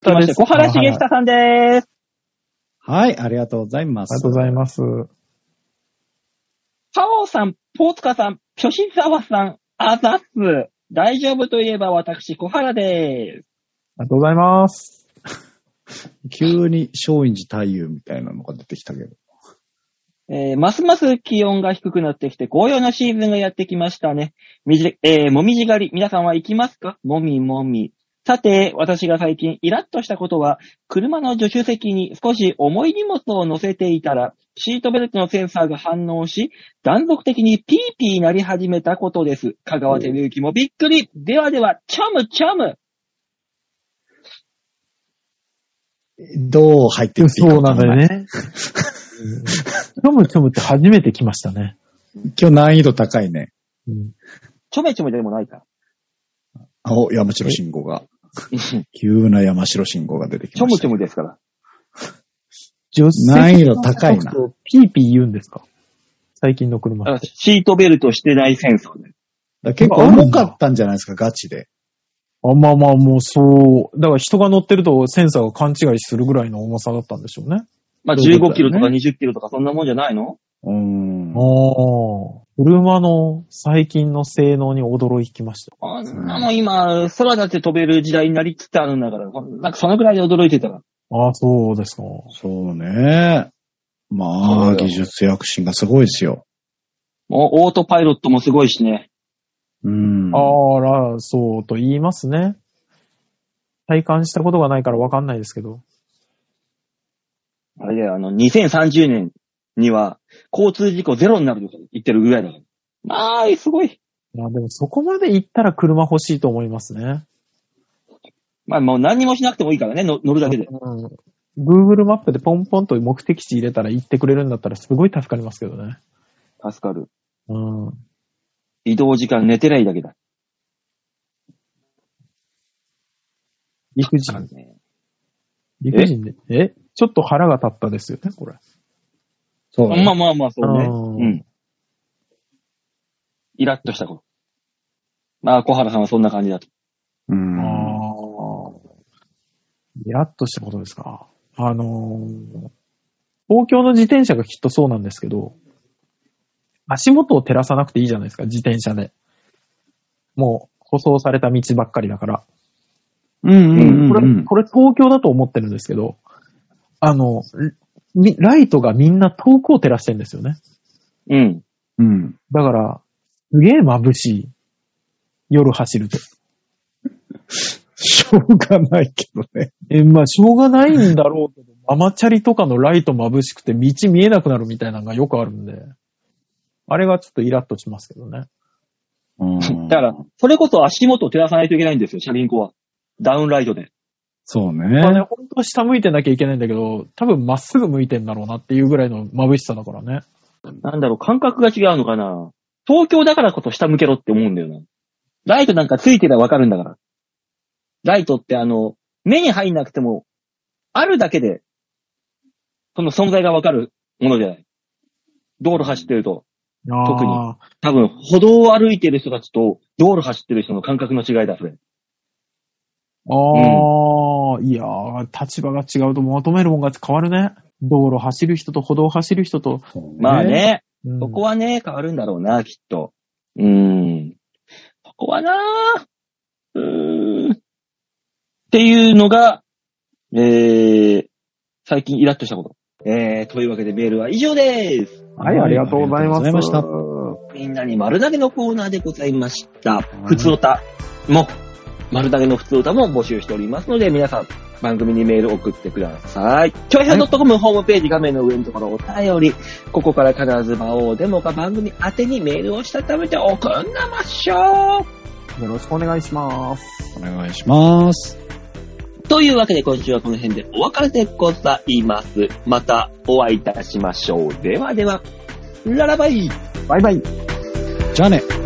[SPEAKER 2] 来ました小原茂久さんです。
[SPEAKER 4] はい、ありがとうございます。
[SPEAKER 3] ありがとうございます。
[SPEAKER 2] パオさん、ポーツカさん、吉沢さん、あざっす。大丈夫といえば私、小原です。
[SPEAKER 3] ありがとうございます。
[SPEAKER 4] 急に松陰寺太夫みたいなのが出てきたけど。
[SPEAKER 2] えーますます気温が低くなってきて、紅葉のシーズンがやってきましたね。みじ、えーもみじ狩り、皆さんは行きますかもみもみ。さて、私が最近イラッとしたことは、車の助手席に少し重い荷物を乗せていたら、シートベルトのセンサーが反応し、断続的にピーピーなり始めたことです。香川照之もびっくり。ではでは、チャムチャム。
[SPEAKER 4] どう入ってるか
[SPEAKER 3] そうなんだよ。ね。ちょむちょむって初めて来ましたね。
[SPEAKER 4] 今日難易度高いね。
[SPEAKER 3] うん
[SPEAKER 2] ちょめちょめでもないか。
[SPEAKER 4] 青、山城信号が。
[SPEAKER 2] ち
[SPEAKER 4] 急な山城信号が出てき
[SPEAKER 2] ょ
[SPEAKER 4] ま
[SPEAKER 2] む
[SPEAKER 4] し
[SPEAKER 2] ち
[SPEAKER 4] た。
[SPEAKER 2] ょむですから。
[SPEAKER 3] 助手席
[SPEAKER 4] 難易度高いな
[SPEAKER 3] のピーピー言うんですか最近の車。
[SPEAKER 2] あシートベルトしてないセンサーで。
[SPEAKER 4] だから結構重かったんじゃないですか、ガチで。
[SPEAKER 3] あまあまあ、もうそう。だから人が乗ってるとセンサーが勘違いするぐらいの重さだったんでしょうね。
[SPEAKER 2] まあ、
[SPEAKER 4] そういうこと
[SPEAKER 2] 15キロとか20キロとかそんなもんじゃないの
[SPEAKER 4] うーん。
[SPEAKER 3] ああ。車の最近の性能に驚きました。
[SPEAKER 2] あんなの今、空だって飛べる時代になりつつあるんだから、なんかそのぐらいで驚いてたら。
[SPEAKER 3] ああ、そうですか。
[SPEAKER 4] そうね。ま
[SPEAKER 2] そ
[SPEAKER 4] あ、
[SPEAKER 2] うよ
[SPEAKER 4] 技術躍進がすごいですよ。
[SPEAKER 2] もうオートパイロットもすごいしね。
[SPEAKER 4] うん。
[SPEAKER 3] あら、そうと言いますね。体感したことがないからわかんないですけど。
[SPEAKER 2] あれだよ、あの、2030年には交通事故ゼロになるとか言ってるぐらいだから。まあ、すごい。
[SPEAKER 3] いや、でもそこまで行ったら車欲しいと思いますね。
[SPEAKER 2] まあ、もう何にもしなくてもいいからね、の乗るだけで。
[SPEAKER 3] うん。Google マップでポンポンと目的地入れたら行ってくれるんだったらすごい助かりますけどね。
[SPEAKER 2] 助かる。
[SPEAKER 3] うん。
[SPEAKER 2] 移動時間寝てないだけだ。
[SPEAKER 3] 陸人。陸人で。えちょっと腹が立ったですよね、これ。
[SPEAKER 4] そうね
[SPEAKER 2] まあまあまあ、そうね。
[SPEAKER 3] うん
[SPEAKER 2] うん。イラッとしたこと。まあ、小原さんはそんな感じだと。
[SPEAKER 4] うん。
[SPEAKER 3] ああ。イラッとしたことですか。あのー公共の自転車がきっとそうなんですけど、足元を照らさなくていいじゃないですか、自転車で。もう、舗装された道ばっかりだから。
[SPEAKER 4] うんうんうん
[SPEAKER 3] こ
[SPEAKER 4] う
[SPEAKER 3] れ、
[SPEAKER 4] ん。
[SPEAKER 3] これ東京だと思ってるんですけど、あの、みライトがみんな遠くを照らしてるんですよね。
[SPEAKER 2] うん。
[SPEAKER 4] うん。
[SPEAKER 3] だから、すげえ眩しい。夜走ると。
[SPEAKER 4] しょうがないけどね。
[SPEAKER 3] え、まあ、しょうがないんだろうけど、ママチャリとかのライト眩しくて道見えなくなるみたいなのがよくあるんで、あれがちょっとイラッとしますけどね。
[SPEAKER 4] うん
[SPEAKER 2] だから、それこそ足元を照らさないといけないんですよ、車輪子は。ダウンライトで。
[SPEAKER 4] そう
[SPEAKER 3] まあね、
[SPEAKER 4] ね。
[SPEAKER 3] 本当は下向いてなきゃいけないんだけど、多分まっすぐ向いてんだろうなっていうぐらいの眩しさだからね。
[SPEAKER 2] なんだろう、感覚が違うのかな。東京だからこそ下向けろって思うんだよな。ライトなんかついてりゃわかるんだから。ライトってあの、目に入んなくても、あるだけで、その存在がわかるものじゃない。道路走ってると、特に
[SPEAKER 3] あ
[SPEAKER 2] 多分歩道を歩いてる人たちと道路走ってる人の感覚の違いだ、それ。
[SPEAKER 3] ーあー、いやー、立場が違うと求めるもんが変わるね。道路走る人と歩道走る人と。
[SPEAKER 2] まあ。ね。
[SPEAKER 3] うん
[SPEAKER 2] そこはね、変わるんだろうな、きっと。うーん。そこはなうーん。っていうのが、えー、最近イラッとしたこと。えー、というわけでメールは以上です。
[SPEAKER 3] はい、ありがとうございます。
[SPEAKER 4] ありがとうござい
[SPEAKER 2] みんなに丸投げのコーナーでございました。
[SPEAKER 4] ん
[SPEAKER 2] ふつおたも、丸投げのふつおたも募集しておりますので、皆さん、番組にメール送ってください。ちょいひょ .com ホームページ画面の上のところお便り、ここから必ず魔王でもか番組宛てにメールをしたためて送んなましょ
[SPEAKER 3] よろしくお願いします。
[SPEAKER 4] お願いします。
[SPEAKER 2] うというわけで今週はこの辺でお別れでございます。またお会いいたしましょう。ではでは、ララバイ
[SPEAKER 3] バイバイ。
[SPEAKER 4] じゃあね。
[SPEAKER 2] バイバイ